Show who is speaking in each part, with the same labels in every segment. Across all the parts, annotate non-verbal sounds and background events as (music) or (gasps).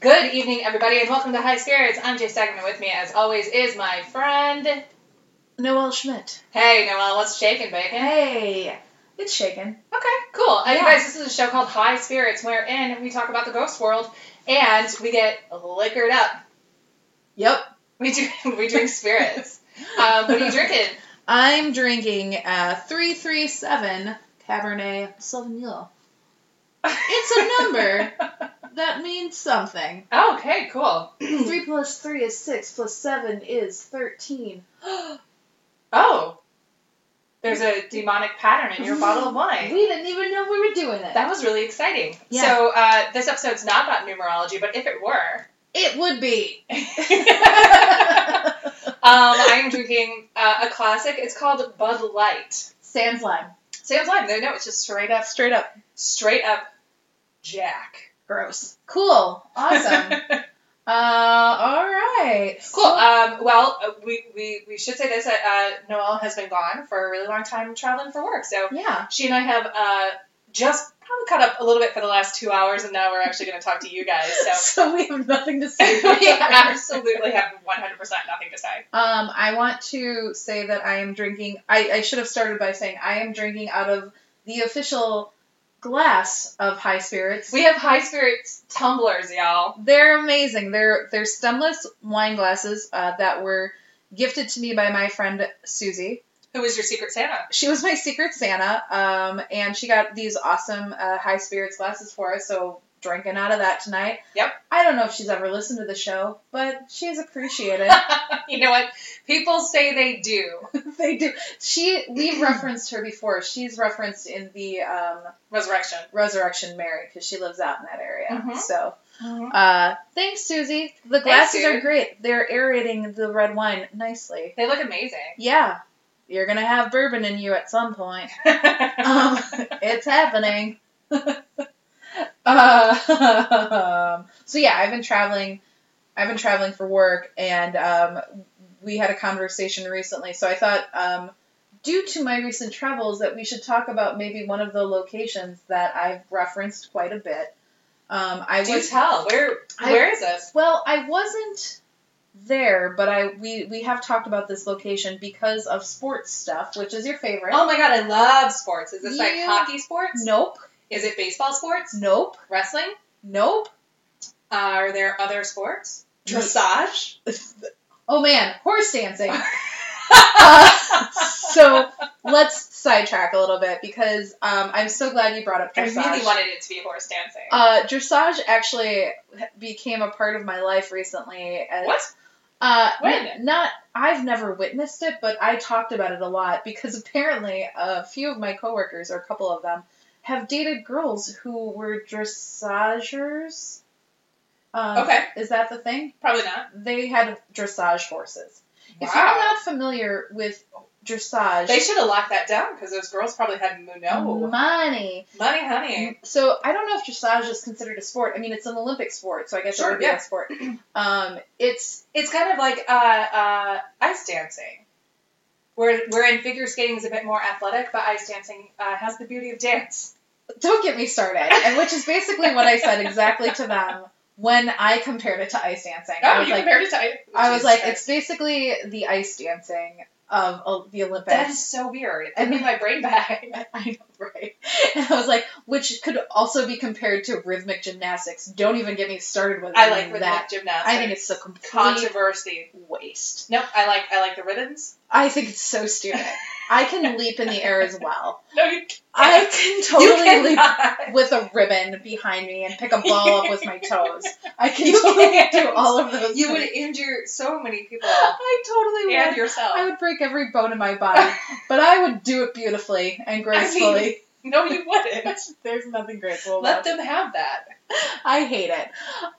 Speaker 1: Good evening, everybody, and welcome to High Spirits. I'm Jay Stagman. With me, as always, is my friend.
Speaker 2: Noel Schmidt.
Speaker 1: Hey, Noelle, what's shaking, bacon?
Speaker 2: Hey, it's shaken.
Speaker 1: Okay, cool. Uh, you
Speaker 2: Yeah.
Speaker 1: guys, this is a show called High Spirits, wherein we talk about the ghost world and we get liquored up.
Speaker 2: Yep.
Speaker 1: We do. (laughs) We drink
Speaker 2: (laughs)
Speaker 1: spirits. um, what are you drinking?
Speaker 2: I'm drinking uh, 337 Cabernet Sauvignon. It's a number. That
Speaker 1: (clears throat)
Speaker 2: means something.
Speaker 1: (laughs) okay,
Speaker 2: (clears throat)
Speaker 1: cool.
Speaker 2: 3 plus 3 is 6, plus 7 is 13.
Speaker 1: Oh, there's a demonic pattern in your bottle of
Speaker 2: Mm-hmm. We
Speaker 1: wine.
Speaker 2: didn't even know we were doing it.
Speaker 1: That was really exciting.
Speaker 2: Yeah.
Speaker 1: So uh, this episode's not about numerology, but if it were,
Speaker 2: It
Speaker 1: (laughs)
Speaker 2: would be.
Speaker 1: um, I am drinking uh, a classic. It's called Bud Light.
Speaker 2: Sans lime.
Speaker 1: Sam's Lime. No, no, it's just straight up,
Speaker 2: Straight up.
Speaker 1: straight up Jack.
Speaker 2: Gross. Cool.
Speaker 1: (laughs)
Speaker 2: Awesome. uh, all right.
Speaker 1: cool. Um, well, uh, we, we, we should say this. Uh, uh, Noelle has been gone for a really long time traveling for work. So
Speaker 2: yeah.
Speaker 1: she and I have uh, just probably caught up a little bit for the last two hours, and now we're actually going to talk to you guys. So (laughs)
Speaker 2: (laughs) So we have nothing to say. to
Speaker 1: we
Speaker 2: each other.
Speaker 1: absolutely have 100% nothing to say.
Speaker 2: Um, I want to say that I am drinking. I, I should have started by saying I am drinking out of the official glass of High Spirits.
Speaker 1: We have high spirits tumblers, y'all.
Speaker 2: they're amazing. They're they're stemless wine glasses uh, that were gifted to me by my friend Susie.
Speaker 1: Who is your secret Santa?
Speaker 2: She was my secret Santa, um, and she got these awesome uh, High Spirits glasses for us. So drinking out of that tonight.
Speaker 1: Yep.
Speaker 2: I don't know if she's ever listened to the show, but she's appreciated.
Speaker 1: (laughs) you know what? People say they do.
Speaker 2: (laughs) they do. She (clears throat) we've referenced her before. She's referenced in the um,
Speaker 1: Resurrection.
Speaker 2: Resurrection Mary because she lives out in that area.
Speaker 1: Mhm.
Speaker 2: So uh, Mm-hmm. thanks, Susie. The glasses
Speaker 1: Sue.
Speaker 2: are great. They're aerating the red wine nicely.
Speaker 1: They look amazing.
Speaker 2: Yeah, you're gonna have bourbon in you at some point. Um,
Speaker 1: (laughs) um,
Speaker 2: it's happening. (laughs) um, so yeah, I've been traveling. I've been traveling for work, and um, we had a conversation recently. So I thought, um, due to my recent travels, that we should talk about maybe one of the locations that I've referenced quite a bit. Um, I
Speaker 1: do
Speaker 2: was
Speaker 1: tell. Where
Speaker 2: I-
Speaker 1: where is this?
Speaker 2: well, I wasn't there, but I we we have talked about this location because of sports stuff, which is your favorite.
Speaker 1: Oh my god, I love sports. Is this like
Speaker 2: You-
Speaker 1: hockey sports?
Speaker 2: nope,
Speaker 1: Is it baseball sports?
Speaker 2: nope,
Speaker 1: Wrestling? Uh,
Speaker 2: nope.
Speaker 1: are there other sports?
Speaker 2: Yes.
Speaker 1: Dressage?
Speaker 2: (laughs) Oh man, horse
Speaker 1: (laughs)
Speaker 2: dancing. Uh, so let's sidetrack a little bit because um, I'm so glad you brought up
Speaker 1: I
Speaker 2: dressage.
Speaker 1: really wanted it to be horse dancing.
Speaker 2: uh, dressage actually became a part of my life recently. As,
Speaker 1: what?
Speaker 2: Uh,
Speaker 1: When?
Speaker 2: n- Not I've never witnessed it, but I talked about it a lot because apparently a few of my coworkers or a couple of them have dated girls who were dressagers. Um,
Speaker 1: Okay.
Speaker 2: Is that the thing?
Speaker 1: Probably not.
Speaker 2: They had dressage horses. If you're
Speaker 1: Wow.
Speaker 2: not familiar with dressage,
Speaker 1: They should have locked that down because those girls probably had
Speaker 2: Mm-hmm.
Speaker 1: no
Speaker 2: money.
Speaker 1: money, honey.
Speaker 2: So I don't know if dressage is considered a sport. I mean, it's an Olympic sport, so I guess
Speaker 1: Sure,
Speaker 2: it would be
Speaker 1: yeah.
Speaker 2: a sport. Um, it's
Speaker 1: It's kind of like uh, uh, ice dancing. Where, wherein figure skating is a bit more athletic, but ice dancing uh, has the beauty of dance.
Speaker 2: don't get me started, and which is basically what I said exactly to them when I compared it to ice dancing.
Speaker 1: (laughs) Oh,
Speaker 2: I was
Speaker 1: you
Speaker 2: like,
Speaker 1: compared it to I,
Speaker 2: I was
Speaker 1: Jesus
Speaker 2: like,
Speaker 1: Christ.
Speaker 2: it's basically the ice dancing of uh, the Olympics.
Speaker 1: that
Speaker 2: (laughs)
Speaker 1: is so weird. I mean, my brain bag.
Speaker 2: I know, right? And I was like, which could also be compared to rhythmic gymnastics. Don't even get me started with
Speaker 1: (laughs) I like
Speaker 2: that.
Speaker 1: rhythmic gymnastics.
Speaker 2: I think it's a complete
Speaker 1: controversy.
Speaker 2: waste.
Speaker 1: Nope, I like I like the rhythms.
Speaker 2: I think it's so stupid. I can leap in the air as (laughs) well.
Speaker 1: No, (laughs) you can't.
Speaker 2: I can
Speaker 1: you
Speaker 2: totally leap
Speaker 1: cannot.
Speaker 2: with a ribbon behind me and pick a ball up with (laughs) my toes. I
Speaker 1: (laughs)
Speaker 2: can
Speaker 1: You
Speaker 2: totally
Speaker 1: can't.
Speaker 2: do all of those.
Speaker 1: You would
Speaker 2: things.
Speaker 1: injure so many (laughs) people
Speaker 2: I totally
Speaker 1: and
Speaker 2: would. I
Speaker 1: yourself.
Speaker 2: would break every bone in my (laughs) body, but I would do it beautifully and (laughs) gracefully.
Speaker 1: (laughs) No, you wouldn't.
Speaker 2: There's nothing graceful
Speaker 1: (laughs) Let
Speaker 2: about it.
Speaker 1: them have that.
Speaker 2: I hate it.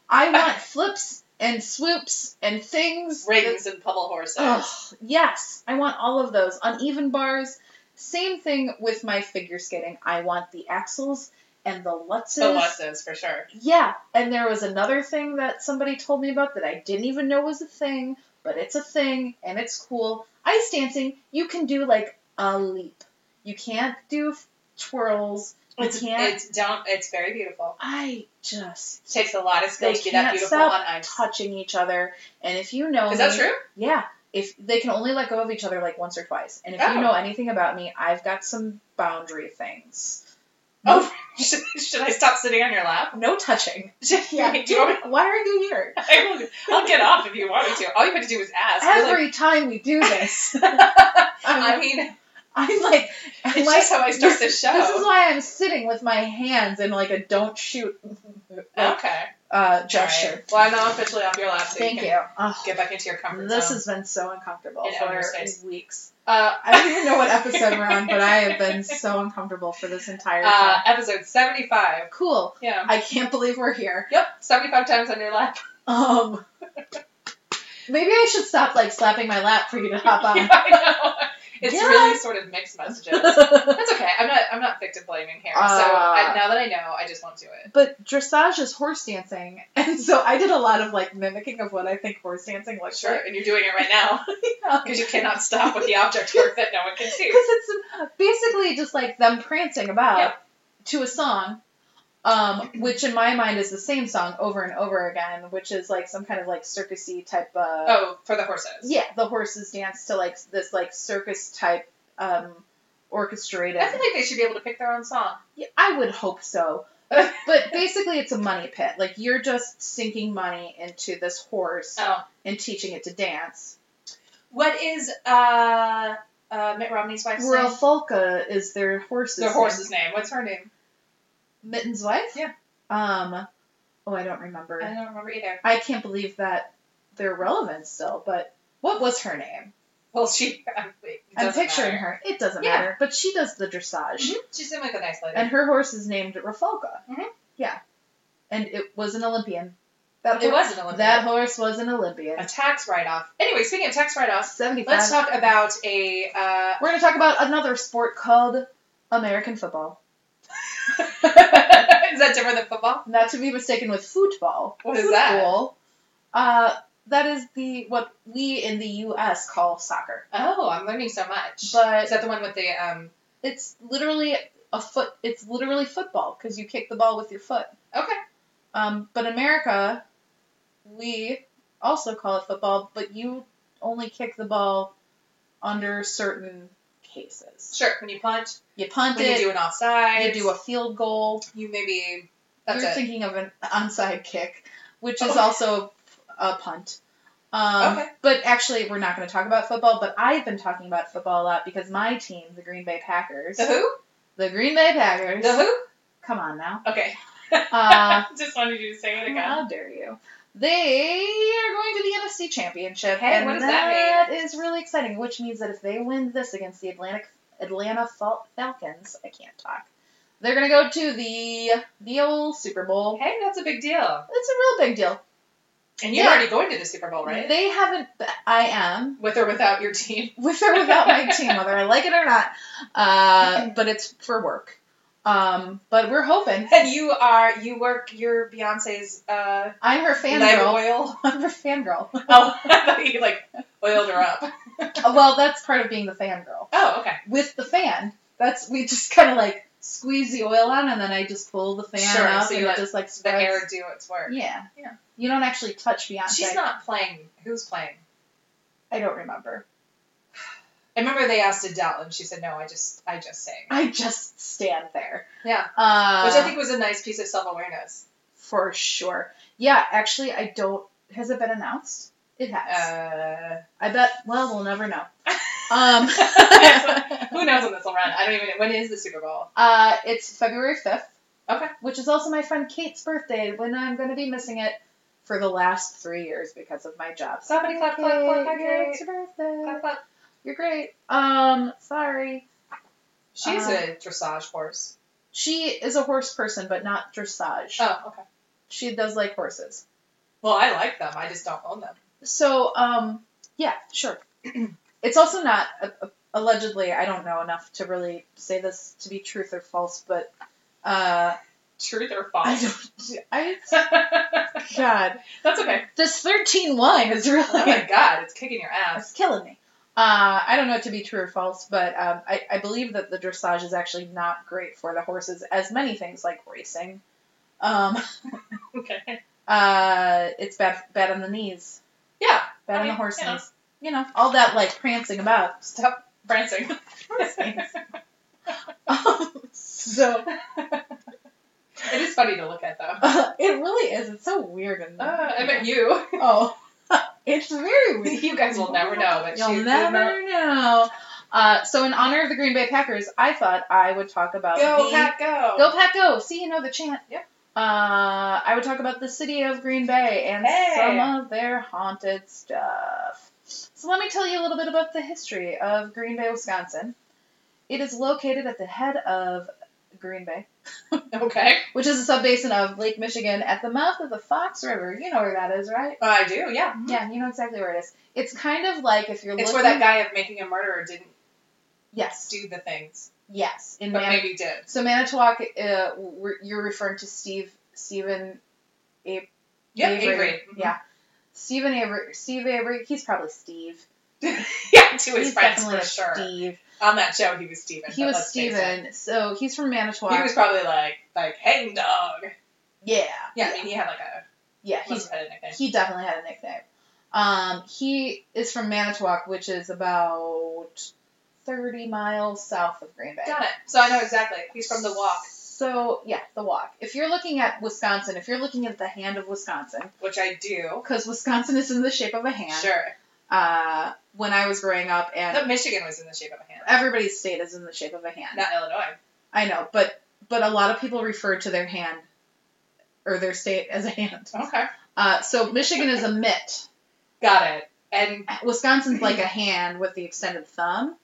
Speaker 2: I want flips and swoops and things. that-
Speaker 1: Rings and pummel horses.
Speaker 2: Ugh, yes, I want all of those. Uneven bars. Same thing with my figure skating. I want the axles and the lutzes.
Speaker 1: The losses for sure.
Speaker 2: Yeah, and there was another thing that somebody told me about that I didn't even know was a thing, but it's a thing and it's cool. Ice dancing, you can do like a leap. You can't do f- twirls. You
Speaker 1: It's,
Speaker 2: can't.
Speaker 1: it's down. It's very beautiful.
Speaker 2: I just
Speaker 1: It takes a lot of skill
Speaker 2: They
Speaker 1: to be that
Speaker 2: can't
Speaker 1: beautiful
Speaker 2: stop
Speaker 1: on ice.
Speaker 2: touching each other. And if you know
Speaker 1: Is that
Speaker 2: me-
Speaker 1: true?
Speaker 2: Yeah. If they can only let go of each other like once or twice. And if
Speaker 1: Oh.
Speaker 2: you know anything about me, I've got some boundary things.
Speaker 1: Oh, (laughs) should, should I stop sitting on your lap? (laughs)
Speaker 2: No touching.
Speaker 1: Do you want me-
Speaker 2: Dude, (laughs) why are you here?
Speaker 1: I will, I'll get off if you want me to. All you had to do was ask. You're like-
Speaker 2: Every time we
Speaker 1: (laughs)
Speaker 2: do this,
Speaker 1: I
Speaker 2: I'm,
Speaker 1: mean,
Speaker 2: I'm like, I'm
Speaker 1: it's
Speaker 2: like,
Speaker 1: just how I start the show.
Speaker 2: (laughs) This is why I'm sitting with my hands in like a
Speaker 1: (laughs)
Speaker 2: don't shoot
Speaker 1: okay.
Speaker 2: uh,
Speaker 1: All
Speaker 2: gesture.
Speaker 1: right. Well, I'm now officially off your lap, so
Speaker 2: Thank
Speaker 1: you
Speaker 2: you.
Speaker 1: can
Speaker 2: Ugh,
Speaker 1: get back into your comfort
Speaker 2: this
Speaker 1: zone.
Speaker 2: has been so uncomfortable
Speaker 1: Get out of your space.
Speaker 2: for weeks.
Speaker 1: uh,
Speaker 2: I don't even know what episode we're on, but I have been so uncomfortable for this entire
Speaker 1: (laughs) Uh,
Speaker 2: time.
Speaker 1: episode 75.
Speaker 2: Cool.
Speaker 1: Yeah.
Speaker 2: I can't believe we're here.
Speaker 1: Yep, 75 times on your lap. (laughs)
Speaker 2: Um, maybe I should stop like slapping my lap for you to hop
Speaker 1: Yeah, (laughs)
Speaker 2: on.
Speaker 1: I know. It's
Speaker 2: Yeah.
Speaker 1: really sort of mixed messages. That's okay. I'm not. I'm not victim blaming here. so I,
Speaker 2: Uh.
Speaker 1: now that I know, I just won't do it.
Speaker 2: but dressage is horse dancing, and so I did a lot of like mimicking of what I think horse dancing looks
Speaker 1: Sure. And you're doing it right now (laughs)
Speaker 2: (laughs) like.
Speaker 1: because you cannot stop with the object work that no one can see.
Speaker 2: (laughs) because it's basically just like them prancing about
Speaker 1: Yeah.
Speaker 2: to a song um, which in my mind is the same song over and over again which is like some kind of like circusy type uh
Speaker 1: Oh, for the horses.
Speaker 2: yeah the horses dance to like this like circus type um orchestrated
Speaker 1: I feel like they should be able to pick their own song. (laughs)
Speaker 2: Yeah, I would hope so but basically it's a money pit like you're just sinking money into this horse
Speaker 1: Oh.
Speaker 2: and teaching it to dance
Speaker 1: What is uh, uh, Mitt Romney's wife's
Speaker 2: Rural
Speaker 1: name?
Speaker 2: Folka is their horse's
Speaker 1: The
Speaker 2: name.
Speaker 1: horse's name. What's her name?
Speaker 2: Mitten's wife?
Speaker 1: Yeah.
Speaker 2: Um, oh, I don't remember.
Speaker 1: I don't remember either.
Speaker 2: I can't believe that they're relevant still, but what was her name?
Speaker 1: Well, she. (laughs) I'm, it
Speaker 2: I'm
Speaker 1: doesn't
Speaker 2: picturing
Speaker 1: matter.
Speaker 2: her. It doesn't
Speaker 1: Yeah.
Speaker 2: matter. But she does the dressage.
Speaker 1: Mhm. She seemed like a nice lady.
Speaker 2: And her horse is named Rafalka.
Speaker 1: Mhm.
Speaker 2: Yeah. And it was an Olympian. That
Speaker 1: it
Speaker 2: horse,
Speaker 1: was an Olympic.
Speaker 2: That horse was an Olympian.
Speaker 1: a tax write-off. Anyway, speaking of tax write-offs,
Speaker 2: 75.
Speaker 1: let's talk about a. Uh, (laughs)
Speaker 2: We're going to talk about another sport called American football.
Speaker 1: is that different than football?
Speaker 2: Not to be mistaken with football.
Speaker 1: What is that?
Speaker 2: Football. Uh, that is the what we in the U.S. call soccer.
Speaker 1: Oh, I'm learning so much.
Speaker 2: But-
Speaker 1: is that the one with the um?
Speaker 2: It's literally a foot. It's literally football because you kick the ball with your foot.
Speaker 1: Okay.
Speaker 2: Um, but in America, we also call it football, but you only kick the ball under certain cases.
Speaker 1: Sure. When you punch,
Speaker 2: You punt
Speaker 1: when you
Speaker 2: it.
Speaker 1: do an offside,
Speaker 2: you do a field goal.
Speaker 1: You maybe. That's
Speaker 2: You're
Speaker 1: it.
Speaker 2: thinking of an onside kick, which is
Speaker 1: Okay.
Speaker 2: also a punt. Um,
Speaker 1: Okay.
Speaker 2: But actually, we're not going to talk about football. But I've been talking about football a lot because my team, the Green Bay Packers,
Speaker 1: The who?
Speaker 2: the Green Bay Packers.
Speaker 1: The who?
Speaker 2: Come on now.
Speaker 1: Okay. (laughs)
Speaker 2: Uh,
Speaker 1: Just wanted you to say it again.
Speaker 2: how dare you? They are going to the NFC Championship.
Speaker 1: Hey,
Speaker 2: and
Speaker 1: what does that
Speaker 2: That is really exciting, which means that if they win this against the Atlantic Atlanta Fal- Falcons, I can't talk. They're going to go to the the old Super Bowl.
Speaker 1: Hey, that's a big deal.
Speaker 2: It's a real big deal.
Speaker 1: And you're
Speaker 2: Yeah.
Speaker 1: already going to the Super Bowl, right?
Speaker 2: They haven't. I am
Speaker 1: With or without your team. (laughs)
Speaker 2: with or without my team, whether I like it or not. Uh, but it's for work. Um, but we're hoping.
Speaker 1: And you are you work your Beyonce's uh
Speaker 2: I'm her fan
Speaker 1: lamp
Speaker 2: girl.
Speaker 1: oil.
Speaker 2: (laughs)
Speaker 1: (laughs)
Speaker 2: I'm her fangirl.
Speaker 1: Oh, (laughs) I thought you like oiled her up.
Speaker 2: well, that's part of being the fangirl.
Speaker 1: Oh, okay.
Speaker 2: With the fan, that's we just kind of like squeeze the oil on, and then I just pull the fan
Speaker 1: Sure,
Speaker 2: up,
Speaker 1: so you
Speaker 2: and it
Speaker 1: let
Speaker 2: just like
Speaker 1: The
Speaker 2: spreads.
Speaker 1: hair do its work.
Speaker 2: Yeah,
Speaker 1: Yeah.
Speaker 2: You don't actually touch Beyonce.
Speaker 1: She's not playing. Who's playing?
Speaker 2: I don't remember.
Speaker 1: I remember they asked Adele, and she said, "No, I just, I just sang,"
Speaker 2: I just stand there.
Speaker 1: Yeah.
Speaker 2: Uh,
Speaker 1: which I think was a nice piece of (laughs) self-awareness.
Speaker 2: for sure. Yeah, actually, I don't. Has it been announced? It has.
Speaker 1: Uh, (laughs)
Speaker 2: I bet. Well, we'll never know. Um,
Speaker 1: who knows when this will run? I don't even. When is the Super Bowl?
Speaker 2: uh, it's February fifth.
Speaker 1: Okay.
Speaker 2: Which is also my friend Kate's birthday. When I'm going to be missing it for the last three years because of my job.
Speaker 1: Somebody clap, clap, clap, clap,
Speaker 2: Kate,
Speaker 1: Kate.
Speaker 2: it's your birthday.
Speaker 1: Clap, clap.
Speaker 2: You're great. Um, sorry.
Speaker 1: She's a dressage horse.
Speaker 2: She is a horse person, but not dressage.
Speaker 1: Oh, okay.
Speaker 2: She does like horses.
Speaker 1: Well, I like them. I just don't own them.
Speaker 2: So, um, yeah, sure. (clears throat) it's also not a- a- allegedly. I don't know enough to really say this to be truth or false, but uh,
Speaker 1: Truth or
Speaker 2: I
Speaker 1: false?
Speaker 2: don't. (laughs) I God,
Speaker 1: (laughs) That's okay.
Speaker 2: this thirteen wine is really
Speaker 1: Oh (laughs) my god, it's kicking your ass.
Speaker 2: it's killing me. Uh, I don't know it to be true or false, but um, I, I believe that the dressage is actually not great for the horses, as many things like racing Um,
Speaker 1: (laughs) Okay.
Speaker 2: uh, it's bad bad on the knees,
Speaker 1: Yeah.
Speaker 2: bad
Speaker 1: I
Speaker 2: on the
Speaker 1: mean,
Speaker 2: horse
Speaker 1: you know.
Speaker 2: knees. You know, all that like prancing about.
Speaker 1: Stop prancing. (laughs)
Speaker 2: Horse knees. Um, (laughs) so
Speaker 1: It is funny to look at though.
Speaker 2: uh, it really is. It's so weird and
Speaker 1: Uh, I bet you.
Speaker 2: (laughs)
Speaker 1: (laughs)
Speaker 2: oh, it's very (laughs) weird.
Speaker 1: You guys will never know, but she
Speaker 2: You'll
Speaker 1: would know.
Speaker 2: never know. Uh, so in honor of the Green Bay Packers, I thought I would talk about
Speaker 1: Go
Speaker 2: the
Speaker 1: Pat, go.
Speaker 2: Go Pack Go. See, you know the chant.
Speaker 1: Yep.
Speaker 2: Uh, I would talk about the city of Green Bay and
Speaker 1: Hey.
Speaker 2: some of their haunted stuff. So let me tell you a little bit about the history of Green Bay, Wisconsin. It is located at the head of Green Bay,
Speaker 1: Okay.
Speaker 2: which is a subbasin of Lake Michigan at the mouth of the Fox River. You know where that is, right?
Speaker 1: Uh, I do. Yeah.
Speaker 2: Yeah, you know exactly where it is. It's kind of like if you're
Speaker 1: It's
Speaker 2: Mm-hmm. looking
Speaker 1: where that guy of making a murderer didn't
Speaker 2: Yes.
Speaker 1: do the things,
Speaker 2: Yes. In
Speaker 1: but
Speaker 2: Man-
Speaker 1: maybe did.
Speaker 2: so Manitowoc, uh, we're, you're referring to Steve Stephen
Speaker 1: Yeah, (laughs)
Speaker 2: Avery. Mm-hmm.
Speaker 1: Avery. Mhm.
Speaker 2: Yeah. Stephen Avery. Steve Avery. He's probably Steve.
Speaker 1: yeah, to his friends
Speaker 2: he's definitely
Speaker 1: for
Speaker 2: a
Speaker 1: sure.
Speaker 2: Steve.
Speaker 1: On that show, he was Steven.
Speaker 2: He
Speaker 1: but
Speaker 2: was
Speaker 1: let's face it.
Speaker 2: Stephen. So he's from Manitowoc.
Speaker 1: He was probably like, like, hang dog.
Speaker 2: yeah.
Speaker 1: Yeah, I mean, he had like a,
Speaker 2: Yeah. He's
Speaker 1: must have had a nickname.
Speaker 2: he definitely had a nickname. Um, he is from Manitowoc, which is about thirty miles south of Green Bay.
Speaker 1: Got it. So I know exactly. He's from The Walk,
Speaker 2: So yeah, the walk. If you're looking at Wisconsin, if you're looking at the hand of Wisconsin,
Speaker 1: which I do.
Speaker 2: because Wisconsin is in the shape of a hand.
Speaker 1: Sure.
Speaker 2: Uh, when I was growing up,
Speaker 1: I
Speaker 2: and
Speaker 1: thought Michigan was in the shape of a hand.
Speaker 2: everybody's state is in the shape of a hand.
Speaker 1: Not Illinois.
Speaker 2: I know, but but a lot of people refer to their hand or their state as a hand.
Speaker 1: Okay.
Speaker 2: Uh, so Michigan is a mitt.
Speaker 1: Got it. And
Speaker 2: Wisconsin's like a hand with the extended thumb.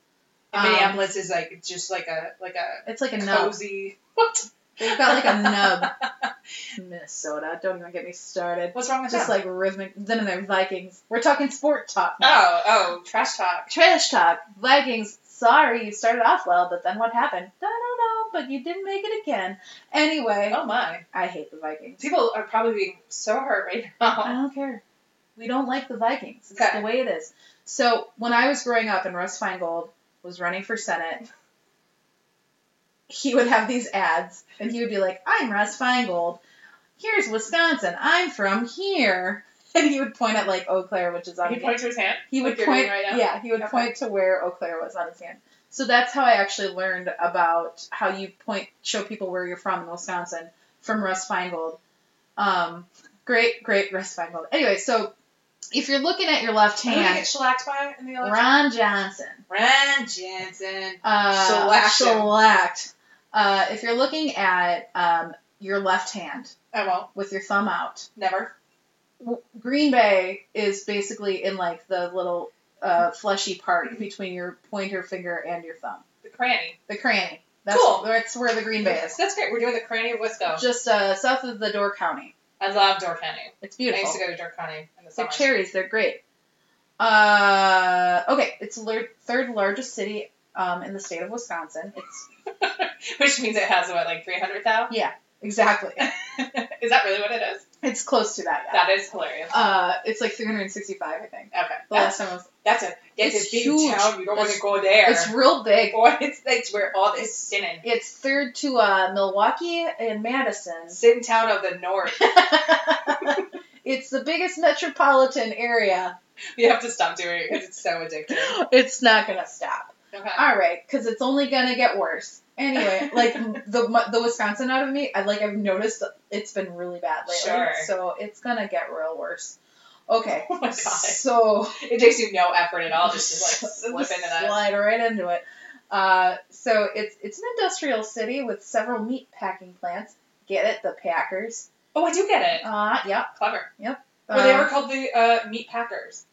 Speaker 2: Um,
Speaker 1: Minneapolis is like just like a like a
Speaker 2: It's like a nub.
Speaker 1: cozy. What?
Speaker 2: They've got like a nub. (laughs) Minnesota, don't even get me started.
Speaker 1: What's wrong with
Speaker 2: Just
Speaker 1: that?
Speaker 2: like rhythmic, them and their Vikings. We're talking sport talk now.
Speaker 1: oh, oh, trash talk.
Speaker 2: Trash talk. Vikings, sorry, you started off well, but then what happened? I don't know, but you didn't make it again. Anyway,
Speaker 1: Oh my.
Speaker 2: I hate the Vikings.
Speaker 1: People are probably being so hurt right (laughs)
Speaker 2: I
Speaker 1: now.
Speaker 2: don't care. We don't like the Vikings. It's
Speaker 1: Okay.
Speaker 2: the way it is. So when I was growing up and Russ Feingold was running for Senate, he would have these ads and he would be like, I'm Russ Feingold. Here's Wisconsin. I'm from here. (laughs) And he would point at like Eau Claire, which is on
Speaker 1: He
Speaker 2: the-
Speaker 1: points to his hand.
Speaker 2: he
Speaker 1: Like
Speaker 2: would
Speaker 1: you're
Speaker 2: point
Speaker 1: doing right now?
Speaker 2: yeah he would
Speaker 1: Okay.
Speaker 2: point to where eau claire was on his hand so that's how i actually learned about how you point show people where you're from in wisconsin from russ feingold um, great great russ feingold anyway so if you're looking at your left
Speaker 1: Who did he
Speaker 2: hand
Speaker 1: get shellacked by in the election?
Speaker 2: ron johnson
Speaker 1: Ron Jensen.
Speaker 2: uh,
Speaker 1: Shellacked him.
Speaker 2: shellacked uh, if you're looking at um, your left hand
Speaker 1: I won't.
Speaker 2: with your thumb out
Speaker 1: Never.
Speaker 2: w- Green Bay is basically in like the little uh, fleshy part between your pointer finger and your thumb,
Speaker 1: The cranny.
Speaker 2: the cranny. That's,
Speaker 1: Cool.
Speaker 2: That's where the Green Bay is.
Speaker 1: That's great. We're doing the cranny of Wisco.
Speaker 2: Just uh, south of the Door County.
Speaker 1: I love Door County.
Speaker 2: It's
Speaker 1: I used to
Speaker 2: beautiful.
Speaker 1: go to Door County in the
Speaker 2: They're
Speaker 1: summer.
Speaker 2: cherries. They're great. Uh, okay, it's lar- third largest city um, in the state of Wisconsin.
Speaker 1: (laughs)
Speaker 2: It's
Speaker 1: Which means it has what, like 300 now?
Speaker 2: exactly.
Speaker 1: (laughs) is that really what it is?
Speaker 2: It's close to that. yeah.
Speaker 1: That is hilarious.
Speaker 2: Uh, it's the 365, I think.
Speaker 1: Okay.
Speaker 2: The last time I was,
Speaker 1: That's a that's
Speaker 2: It's
Speaker 1: a big
Speaker 2: huge.
Speaker 1: town. You don't want
Speaker 2: It's-
Speaker 1: to go there.
Speaker 2: it's real big.
Speaker 1: Boy, (laughs) it's that's where all this sin in.
Speaker 2: It's third to uh, Milwaukee and Madison.
Speaker 1: Sin town of the north.
Speaker 2: (laughs) it's the biggest metropolitan area.
Speaker 1: We have to stop doing it because it's so addictive.
Speaker 2: (gasps) It's not gonna stop.
Speaker 1: Okay.
Speaker 2: All right, because it's only gonna get worse.
Speaker 1: (laughs)
Speaker 2: Anyway, like the mu- the Wisconsin out of me, I like I've noticed that it's been really bad lately.
Speaker 1: Sure.
Speaker 2: So it's gonna get real worse. Okay.
Speaker 1: (laughs) Oh my god.
Speaker 2: So
Speaker 1: It takes you no effort at all just (laughs)
Speaker 2: (laughs)
Speaker 1: to like slip into that.
Speaker 2: slide right into it. Uh, so it's it's an industrial city with several meat packing plants. Get it, the Packers.
Speaker 1: Oh, I do get it.
Speaker 2: Uh, yep.
Speaker 1: Clever.
Speaker 2: Uh,
Speaker 1: Well, they were called the uh, Meat Packers.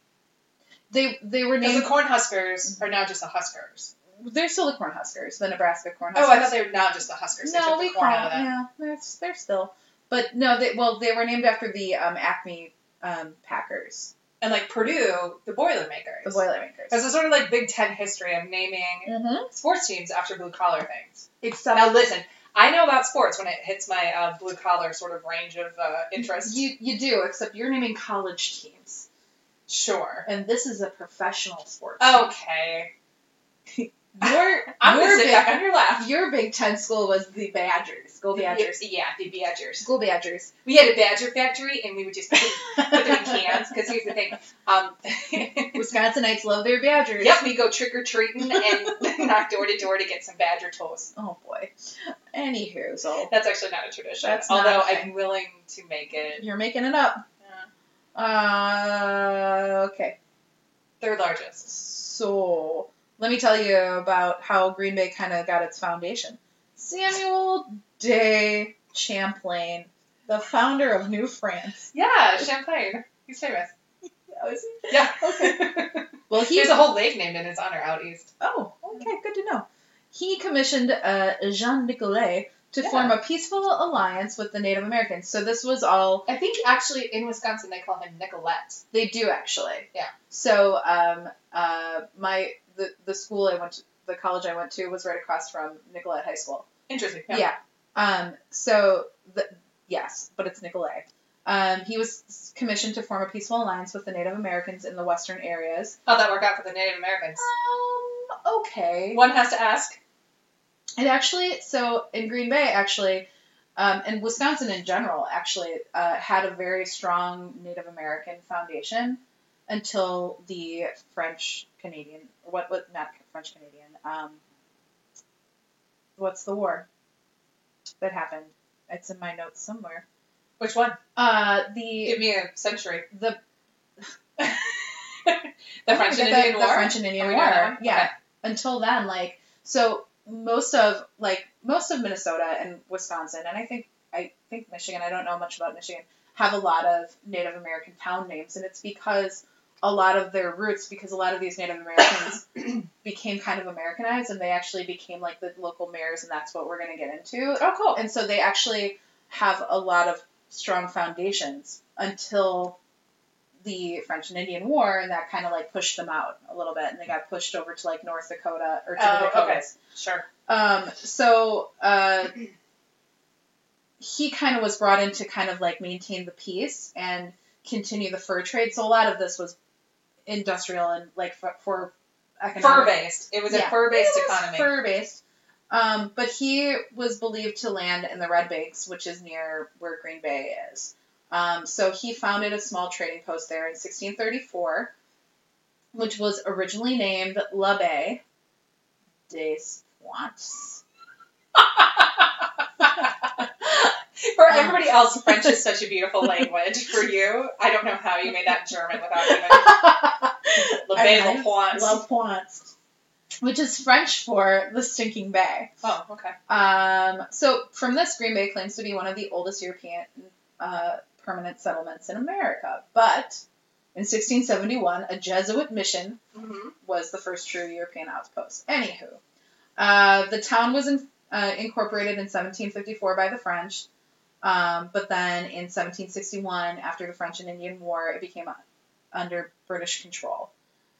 Speaker 2: they they were
Speaker 1: Because the
Speaker 2: named.
Speaker 1: Cornhuskers are now just the Huskers.
Speaker 2: They're still the Cornhuskers, the Nebraska Cornhuskers.
Speaker 1: Oh, I thought they were now just the Huskers. They
Speaker 2: No,
Speaker 1: took
Speaker 2: we
Speaker 1: the corn
Speaker 2: call
Speaker 1: out of that.
Speaker 2: yeah. They're, they're still, but no, they well they were named after the um, Acme um, Packers,
Speaker 1: And like Purdue, the Boilermakers.
Speaker 2: the Boilermakers.
Speaker 1: Because it's sort of like Big Ten history of naming
Speaker 2: Mm-hmm.
Speaker 1: sports teams after blue collar things.
Speaker 2: Except
Speaker 1: now listen, I know about sports when it hits my uh, blue collar sort of range of uh, interest.
Speaker 2: you you do except you're naming college teams,
Speaker 1: sure. (laughs)
Speaker 2: and this is a professional sport.
Speaker 1: Okay.
Speaker 2: Your
Speaker 1: Oh, (laughs) I'm gonna
Speaker 2: your
Speaker 1: sit back on
Speaker 2: big,
Speaker 1: your lap.
Speaker 2: your Big Ten school was the Badgers, Go Badgers,
Speaker 1: Yeah, the badgers.
Speaker 2: Go
Speaker 1: (laughs)
Speaker 2: Badgers.
Speaker 1: We had a badger factory, and we would just put them in cans. Because here's the thing. Um,
Speaker 2: (laughs)
Speaker 1: (laughs)
Speaker 2: Wisconsinites love their Badgers.
Speaker 1: Yep, we go trick or treating and (laughs) knock door to door to get some badger toast.
Speaker 2: Oh boy. Anywho, so
Speaker 1: That's actually not a tradition,
Speaker 2: That's not
Speaker 1: although
Speaker 2: a thing.
Speaker 1: I'm willing to make it.
Speaker 2: you're making it up. Uh, okay.
Speaker 1: Third largest.
Speaker 2: So let me tell you about how Green Bay kind of got its foundation. Samuel Day Champlain, the founder of New France.
Speaker 1: Yeah, Champlain. He's famous. Yeah. (laughs) Okay.
Speaker 2: Well, he
Speaker 1: Oh, There's a whole lake named in his honor out east.
Speaker 2: Oh, okay, good to know. He commissioned uh, Jean Nicolet to
Speaker 1: Yeah.
Speaker 2: form a peaceful alliance with the Native Americans. So this was all
Speaker 1: I think actually in Wisconsin they call him Nicolette.
Speaker 2: they do actually.
Speaker 1: Yeah.
Speaker 2: So um, uh, my the, the school I went to, the college I went to was right across from Nicolet High School.
Speaker 1: Interesting.
Speaker 2: Yeah. Um, so the, yes, but it's Nicolet. Um, he was commissioned to form a peaceful alliance with the Native Americans in the western areas.
Speaker 1: How'd that work out for the Native Americans?
Speaker 2: Um, okay.
Speaker 1: One has to ask.
Speaker 2: And actually, so in Green Bay, actually, um, and Wisconsin in general, actually, uh, had a very strong Native American foundation until the French Canadian, what, what, not French Canadian, um, what's the war that happened? It's in my notes somewhere.
Speaker 1: Which one?
Speaker 2: Uh, the,
Speaker 1: Give me a century. (laughs)
Speaker 2: the,
Speaker 1: the
Speaker 2: I
Speaker 1: French and
Speaker 2: forget the-
Speaker 1: Indian
Speaker 2: the
Speaker 1: War. Oh,
Speaker 2: French and Indian
Speaker 1: Are we
Speaker 2: War.
Speaker 1: doing that one?
Speaker 2: Yeah. until then, like so most of like most of Minnesota and Wisconsin, and I think I think Michigan. I don't know much about Michigan. Have a lot of Native American town names, and it's because a lot of their roots, because a lot of these Native Americans became kind of Americanized, and they actually became like the local mayors, and that's what we're gonna get into.
Speaker 1: Okay. Oh, cool.
Speaker 2: And so they actually have a lot of strong foundations until the French and Indian War, and that kind of like pushed them out a little bit, and they got pushed over to like North Dakota or to the
Speaker 1: Oh, okay.
Speaker 2: Dakotas.
Speaker 1: Sure.
Speaker 2: Um, so uh, he kind of was brought in to kind of like maintain the peace and continue the fur trade. So a lot of this was industrial and like for, for economic
Speaker 1: Fur based. It was
Speaker 2: Yeah.
Speaker 1: a fur based
Speaker 2: it was
Speaker 1: economy.
Speaker 2: Fur-based. Um, but he was believed to land in the Red Banks, which is near where Green Bay is. Um, so he founded a small trading post there in 1634, which was originally named La Baie des Pointes.
Speaker 1: For
Speaker 2: Um.
Speaker 1: everybody else, French is such a
Speaker 2: (laughs)
Speaker 1: beautiful language. For you, I don't know how you made that German without
Speaker 2: (laughs)
Speaker 1: even Le
Speaker 2: I
Speaker 1: Bel
Speaker 2: know. La Pointe, which is French for the stinking bay.
Speaker 1: Oh, okay.
Speaker 2: Um, so from this, Green Bay claims to be one of the oldest European uh, permanent settlements in America. But in 1671, a Jesuit mission
Speaker 1: (laughs) Mm-hmm.
Speaker 2: was the first true European outpost. Anywho, uh, the town was in, uh, incorporated in 1754 by the French, um, but then in 1761, after the French and Indian War, it became u- under British control.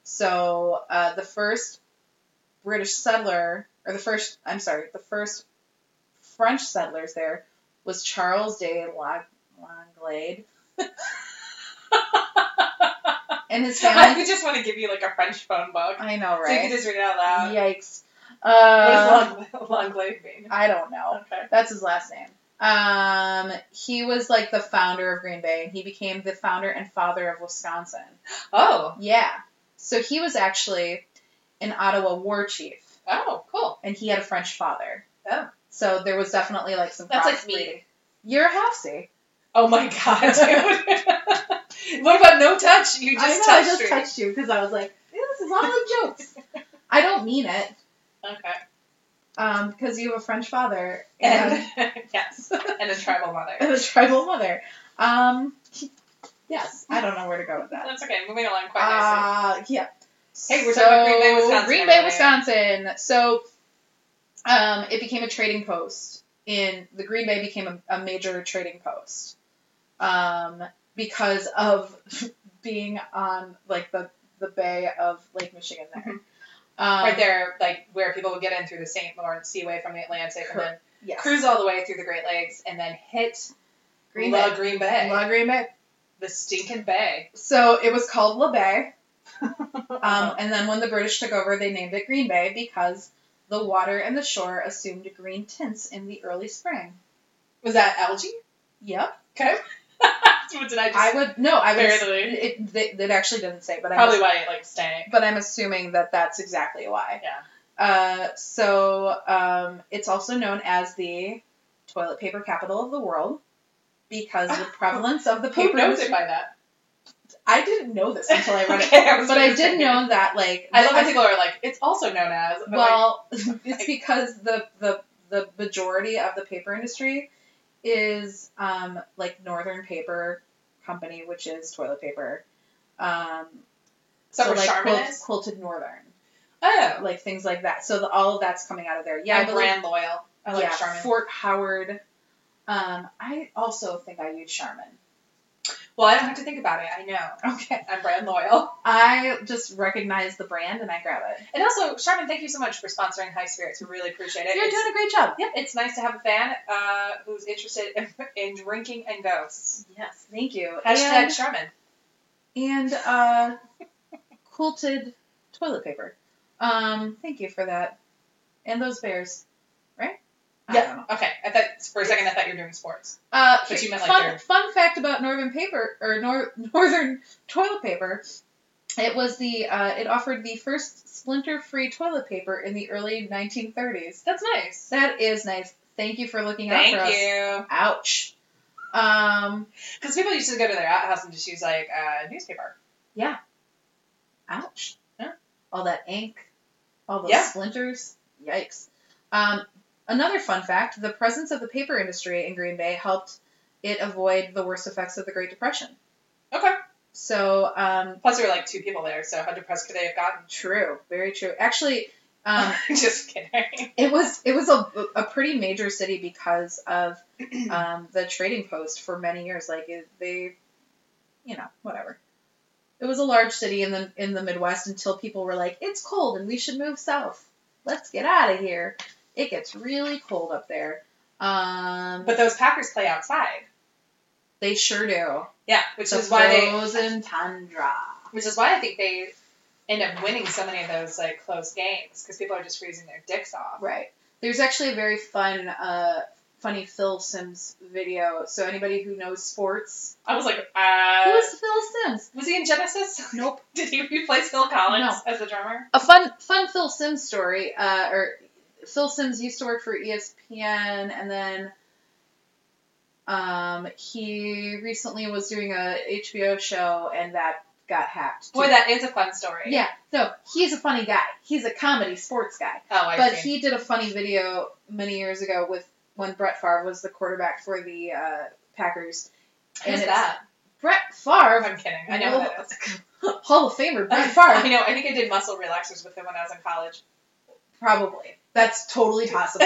Speaker 2: So uh, the first British settler, or the first, I'm sorry, the first French settlers there was Charles de Lag- Langlade. (laughs) and
Speaker 1: (laughs)
Speaker 2: his
Speaker 1: I
Speaker 2: family.
Speaker 1: could just want to give you like a French phone book.
Speaker 2: I know,
Speaker 1: So you can
Speaker 2: right?
Speaker 1: just read it out loud.
Speaker 2: Yikes.
Speaker 1: What
Speaker 2: Uh,
Speaker 1: does (laughs) long, long leg mean?
Speaker 2: I don't know.
Speaker 1: Okay.
Speaker 2: That's his last name. Um, he was like the founder of Green Bay. He became the founder and father of Wisconsin.
Speaker 1: Oh.
Speaker 2: Yeah. So he was actually an Ottawa war chief,
Speaker 1: Oh, cool.
Speaker 2: and he had a French father.
Speaker 1: Oh.
Speaker 2: So there was definitely like some.
Speaker 1: That's like
Speaker 2: crossbreeding.
Speaker 1: me.
Speaker 2: You're halfsy.
Speaker 1: Oh my god, (laughs) dude. what about no touch? You
Speaker 2: I
Speaker 1: just
Speaker 2: know. I
Speaker 1: touched
Speaker 2: just
Speaker 1: me.
Speaker 2: touched you because I was like, this is all like jokes. I don't mean it.
Speaker 1: (laughs) Okay.
Speaker 2: Um, because you have a French father
Speaker 1: And (laughs) yes. And a tribal mother.
Speaker 2: (laughs) and a tribal mother. Um, yes, I don't know where to go with that.
Speaker 1: That's okay. Moving along quite nicely.
Speaker 2: Uh, yeah.
Speaker 1: Hey, we're talking about Green Bay, Wisconsin,
Speaker 2: Green Bay,
Speaker 1: everybody.
Speaker 2: Wisconsin. So, um, it became a trading post. In the Green Bay became a, a major trading post, um, because of (laughs) being on like the the bay of Lake Michigan there.
Speaker 1: Mhm.
Speaker 2: Um,
Speaker 1: right there, like where people would get in through the St. Lawrence Seaway from the Atlantic, and then
Speaker 2: Yes.
Speaker 1: cruise all the way through the Great Lakes, and then hit
Speaker 2: Green
Speaker 1: La
Speaker 2: Bay.
Speaker 1: Green Bay,
Speaker 2: La Green Bay.
Speaker 1: the stinking bay.
Speaker 2: So it was called La Bay,
Speaker 1: Oh.
Speaker 2: Um, and then when the British took over, they named it Green Bay because the water and the shore assumed green tints in the early spring.
Speaker 1: (laughs) was that
Speaker 2: (laughs)
Speaker 1: algae?
Speaker 2: Yep.
Speaker 1: Okay. what did I just?
Speaker 2: I would no. I would.
Speaker 1: Barely.
Speaker 2: It, it, it actually didn't say, but
Speaker 1: (laughs)
Speaker 2: I'm
Speaker 1: probably why it like stank.
Speaker 2: but I'm assuming that that's exactly why.
Speaker 1: Yeah.
Speaker 2: Uh, so um, it's also known as the toilet paper capital of the world
Speaker 1: (laughs)
Speaker 2: because the prevalence of the paper.
Speaker 1: Who knows
Speaker 2: industry-
Speaker 1: it by that?
Speaker 2: I didn't know this (laughs) until I read
Speaker 1: (laughs)
Speaker 2: it,
Speaker 1: Okay, I was
Speaker 2: but I
Speaker 1: gonna say.
Speaker 2: did know that like
Speaker 1: I love
Speaker 2: the-
Speaker 1: when people are like, it's also known as. But like,
Speaker 2: well, (laughs) it's because the the the majority of the paper industry is um, like Northern Paper Company, which is toilet paper. Um,
Speaker 1: so,
Speaker 2: so
Speaker 1: for
Speaker 2: like
Speaker 1: Charmin
Speaker 2: quilt-
Speaker 1: is?
Speaker 2: quilted Northern.
Speaker 1: Oh.
Speaker 2: like things like that. So the, all of that's coming out of there. Yeah,
Speaker 1: Yeah,
Speaker 2: I
Speaker 1: I'm
Speaker 2: believe-
Speaker 1: brand loyal. I like
Speaker 2: yeah,
Speaker 1: Charmin.
Speaker 2: Fort Howard. Um, I also think I use Charmin. (laughs)
Speaker 1: well, I don't have to think about it. I know.
Speaker 2: Okay.
Speaker 1: I'm brand loyal.
Speaker 2: I just recognize the brand and I grab it.
Speaker 1: And also, Charmin, thank you so much for sponsoring High Spirits. We really appreciate it.
Speaker 2: You're
Speaker 1: it's,
Speaker 2: doing a great job.
Speaker 1: Yep, it's nice to have a fan uh, who's interested in, in drinking and ghosts.
Speaker 2: Yes, thank you.
Speaker 1: Hashtag Charmin.
Speaker 2: And, and uh, quilted toilet paper. Um, thank you for that. And those bears, right? I don't know.
Speaker 1: Okay. I thought for a second I thought you were doing sports.
Speaker 2: Uh,
Speaker 1: But you meant, like,
Speaker 2: fun,
Speaker 1: their-
Speaker 2: fun fact about Northern paper or nor- Northern toilet paper. It was the uh, it offered the first splinter-free toilet paper in the early 1930s.
Speaker 1: That's nice.
Speaker 2: That is nice. Thank you for looking out for
Speaker 1: Thank
Speaker 2: us.
Speaker 1: you.
Speaker 2: Ouch. Um,
Speaker 1: Because people used to go to their outhouse and just use like a newspaper.
Speaker 2: ouch.
Speaker 1: Yeah.
Speaker 2: All that ink, all those
Speaker 1: Yeah.
Speaker 2: splinters. Yikes. Um, another fun fact: the presence of the paper industry in Green Bay helped it avoid the worst effects of the Great Depression.
Speaker 1: Okay.
Speaker 2: So um,
Speaker 1: Plus, there were like two people there, so how depressed could they have gotten?
Speaker 2: True, very true. Actually, um,
Speaker 1: (laughs) just kidding.
Speaker 2: it was it was a, a pretty major city because
Speaker 1: (clears throat)
Speaker 2: of um, the trading post for many years. Like it, they, you know, whatever. It was a large city in the in the Midwest until people were like, "It's cold and we should move south. Let's get out of here. It gets really cold up there." Um,
Speaker 1: But those Packers play outside.
Speaker 2: they sure do.
Speaker 1: Yeah, which
Speaker 2: the
Speaker 1: is why they,
Speaker 2: frozen tundra.
Speaker 1: which is why I think they end up winning so many of those like close games because people are just freezing their dicks off.
Speaker 2: Right. There's actually a very fun, uh, funny Phil Sims video. So anybody who knows sports,
Speaker 1: I was like, uh,
Speaker 2: who's Phil Sims?
Speaker 1: was he in Genesis?
Speaker 2: Nope.
Speaker 1: (laughs) Did he replace Phil Collins as the drummer?
Speaker 2: A fun, fun Phil Sims story. Uh, or Phil Sims used to work for E ESPN, and then um, he recently was doing a HBO show, and that got hacked. too.
Speaker 1: Boy, that is a fun story.
Speaker 2: yeah. No, he's a funny guy. He's a comedy sports guy.
Speaker 1: Oh, I
Speaker 2: but
Speaker 1: see.
Speaker 2: he did a funny video many years ago with when Brett Favre was the quarterback for the uh, Packers.
Speaker 1: Who's
Speaker 2: and it's-
Speaker 1: that?
Speaker 2: Brett Favre, (laughs)
Speaker 1: I'm kidding. I know who that is.
Speaker 2: Hall of Famer (laughs)
Speaker 1: (laughs)
Speaker 2: Brett
Speaker 1: I
Speaker 2: Favre,
Speaker 1: know. I think I did muscle relaxers with him when I was in
Speaker 2: (laughs)
Speaker 1: college.
Speaker 2: probably. That's totally possible.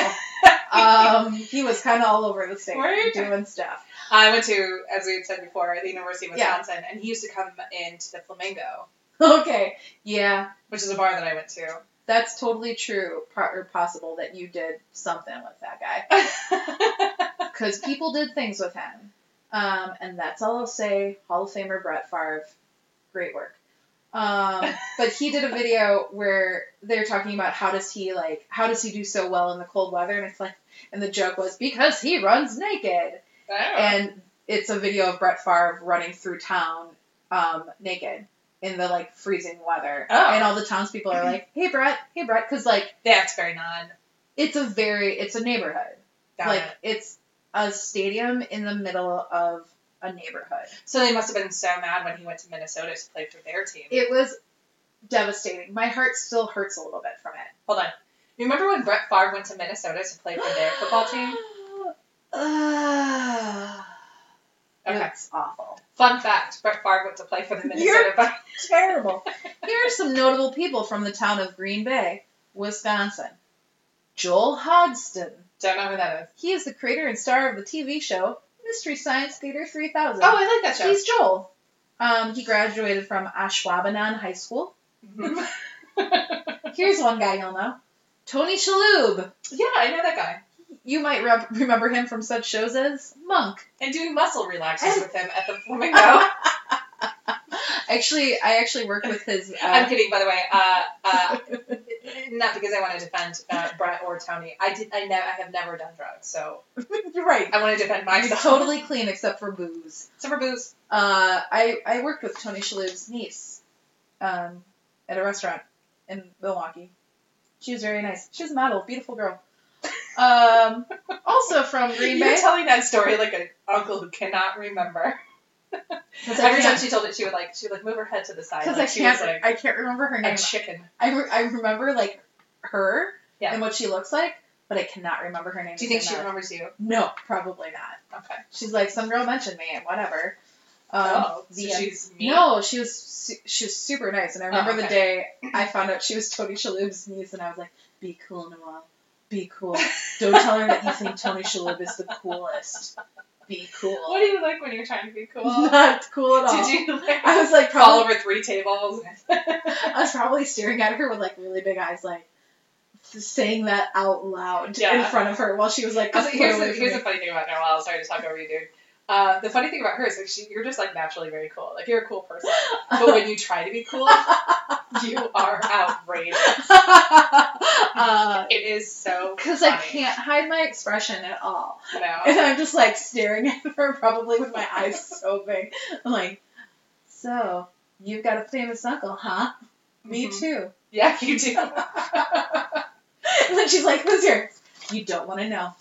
Speaker 2: um, he was kind of all over the state
Speaker 1: Right?
Speaker 2: doing stuff.
Speaker 1: (laughs)
Speaker 2: (laughs)
Speaker 1: I went to, as we had said before, the University of
Speaker 2: Yeah.
Speaker 1: Wisconsin, and he used to come into the Flamingo,
Speaker 2: Okay, yeah,
Speaker 1: which is a bar that I went to. (laughs)
Speaker 2: that's totally true po- or possible that you did something with that guy (laughs) because people did things with him. Um, and that's all I'll say. Hall of Famer Brett Favre, great work.
Speaker 1: (laughs)
Speaker 2: Um, but he did a video where they're talking about how does he like how does he do so well in the cold weather, and it's like, and the joke was because he runs naked, and it's a video of Brett Favre running through town um, naked in the like freezing weather,
Speaker 1: Oh.
Speaker 2: and all the townspeople are like, hey Brett, hey Brett, because like
Speaker 1: That's very non.
Speaker 2: it's a very it's a neighborhood
Speaker 1: Got
Speaker 2: like
Speaker 1: it.
Speaker 2: it's a stadium in the middle of a neighborhood.
Speaker 1: So they must have been so mad when he went to Minnesota to play for their team.
Speaker 2: It was devastating. My heart still hurts a little bit from it.
Speaker 1: Hold on. You remember when Brett Favre went to Minnesota to play for
Speaker 2: (gasps)
Speaker 1: their football team?
Speaker 2: Ugh.
Speaker 1: Okay.
Speaker 2: That's Uh, awful.
Speaker 1: Fun fact Brett Favre went to play for the Minnesota
Speaker 2: You're-
Speaker 1: Vikings.
Speaker 2: (laughs) Terrible. Here are some notable people from the town of Green Bay, Wisconsin. Joel Hodgson.
Speaker 1: Don't know who that is.
Speaker 2: He is the creator and star of the TV show Mystery Science Theater 3000.
Speaker 1: Oh, I like that show.
Speaker 2: He's Joel. Um, he graduated from Ashwaubenon High School.
Speaker 1: Mhm.
Speaker 2: Here's one guy you'll know Tony Shalhoub.
Speaker 1: (laughs) yeah, I know that guy.
Speaker 2: You might rep- remember him from such shows as Monk (laughs) Uh,
Speaker 1: And doing muscle relaxers with him at the Flamingo.
Speaker 2: and Actually, I actually work with his.
Speaker 1: (laughs) I'm
Speaker 2: Uh,
Speaker 1: kidding, by the way. Uh, uh, not because I want to defend uh, Brett or Tony. I did. I know. I have never done drugs, so
Speaker 2: you're right.
Speaker 1: I want to defend
Speaker 2: I'm
Speaker 1: myself. (laughs)
Speaker 2: totally clean except for booze.
Speaker 1: Except for booze.
Speaker 2: Uh, I I worked with Tony Shalhoub's niece, um, at a restaurant in Milwaukee. She was very nice. She was a model, beautiful girl. Um, also from Green
Speaker 1: You're
Speaker 2: Bay.
Speaker 1: telling that story like an uncle who cannot remember.
Speaker 2: Because I
Speaker 1: Every time
Speaker 2: can't,
Speaker 1: she told it, she would like she would like move her head to the side.
Speaker 2: 'cause
Speaker 1: like,
Speaker 2: I,
Speaker 1: she was
Speaker 2: can't
Speaker 1: like
Speaker 2: I can't remember her
Speaker 1: a
Speaker 2: name.
Speaker 1: chicken.
Speaker 2: I, re- I remember like her
Speaker 1: Yeah.
Speaker 2: and what she looks like, but I cannot remember her name.
Speaker 1: Do you think
Speaker 2: so
Speaker 1: she
Speaker 2: much.
Speaker 1: remembers you?
Speaker 2: No, probably not.
Speaker 1: Okay.
Speaker 2: She's like some girl mentioned me and whatever. Um,
Speaker 1: oh, so
Speaker 2: the end.
Speaker 1: she's mean. (laughs)
Speaker 2: No, she was su- she was super nice, and I remember the
Speaker 1: Oh, okay.
Speaker 2: day
Speaker 1: (clears throat)
Speaker 2: I found out she was Tony Shalhoub's niece, and I was like, "Be cool, Noelle. Be cool. Don't tell her that you think Tony Shalhoub is the coolest. Be cool. (laughs)
Speaker 1: What do you like when you're trying to be cool?
Speaker 2: Not cool at
Speaker 1: (laughs)
Speaker 2: all."
Speaker 1: Did you like
Speaker 2: I was like,
Speaker 1: fall
Speaker 2: probably,
Speaker 1: over three (laughs) tables?
Speaker 2: I was probably staring at her with like really big eyes, like saying that out loud in
Speaker 1: Yeah.
Speaker 2: front of her while she was like,
Speaker 1: Because
Speaker 2: "Get
Speaker 1: here's
Speaker 2: away
Speaker 1: the
Speaker 2: from
Speaker 1: here's
Speaker 2: me."
Speaker 1: the funny thing about Noelle. Sorry to talk over you, dude. Uh, the funny thing about her is like she, you're just like naturally very cool. Like you're a cool (laughs) person, but when you try to be (laughs) cool, you are outrageous.
Speaker 2: (laughs) Uh,
Speaker 1: It is (laughs) so.
Speaker 2: because I
Speaker 1: funny.
Speaker 2: can't hide my expression at all. And
Speaker 1: No.
Speaker 2: I'm just like staring at her, (laughs) probably with my eyes so big. I'm like, so you've got a famous uncle, huh?
Speaker 1: (laughs)
Speaker 2: Me
Speaker 1: Mhm.
Speaker 2: too. (laughs)
Speaker 1: Yeah, you do. (laughs)
Speaker 2: And then she's like, who's yours? You don't want to know.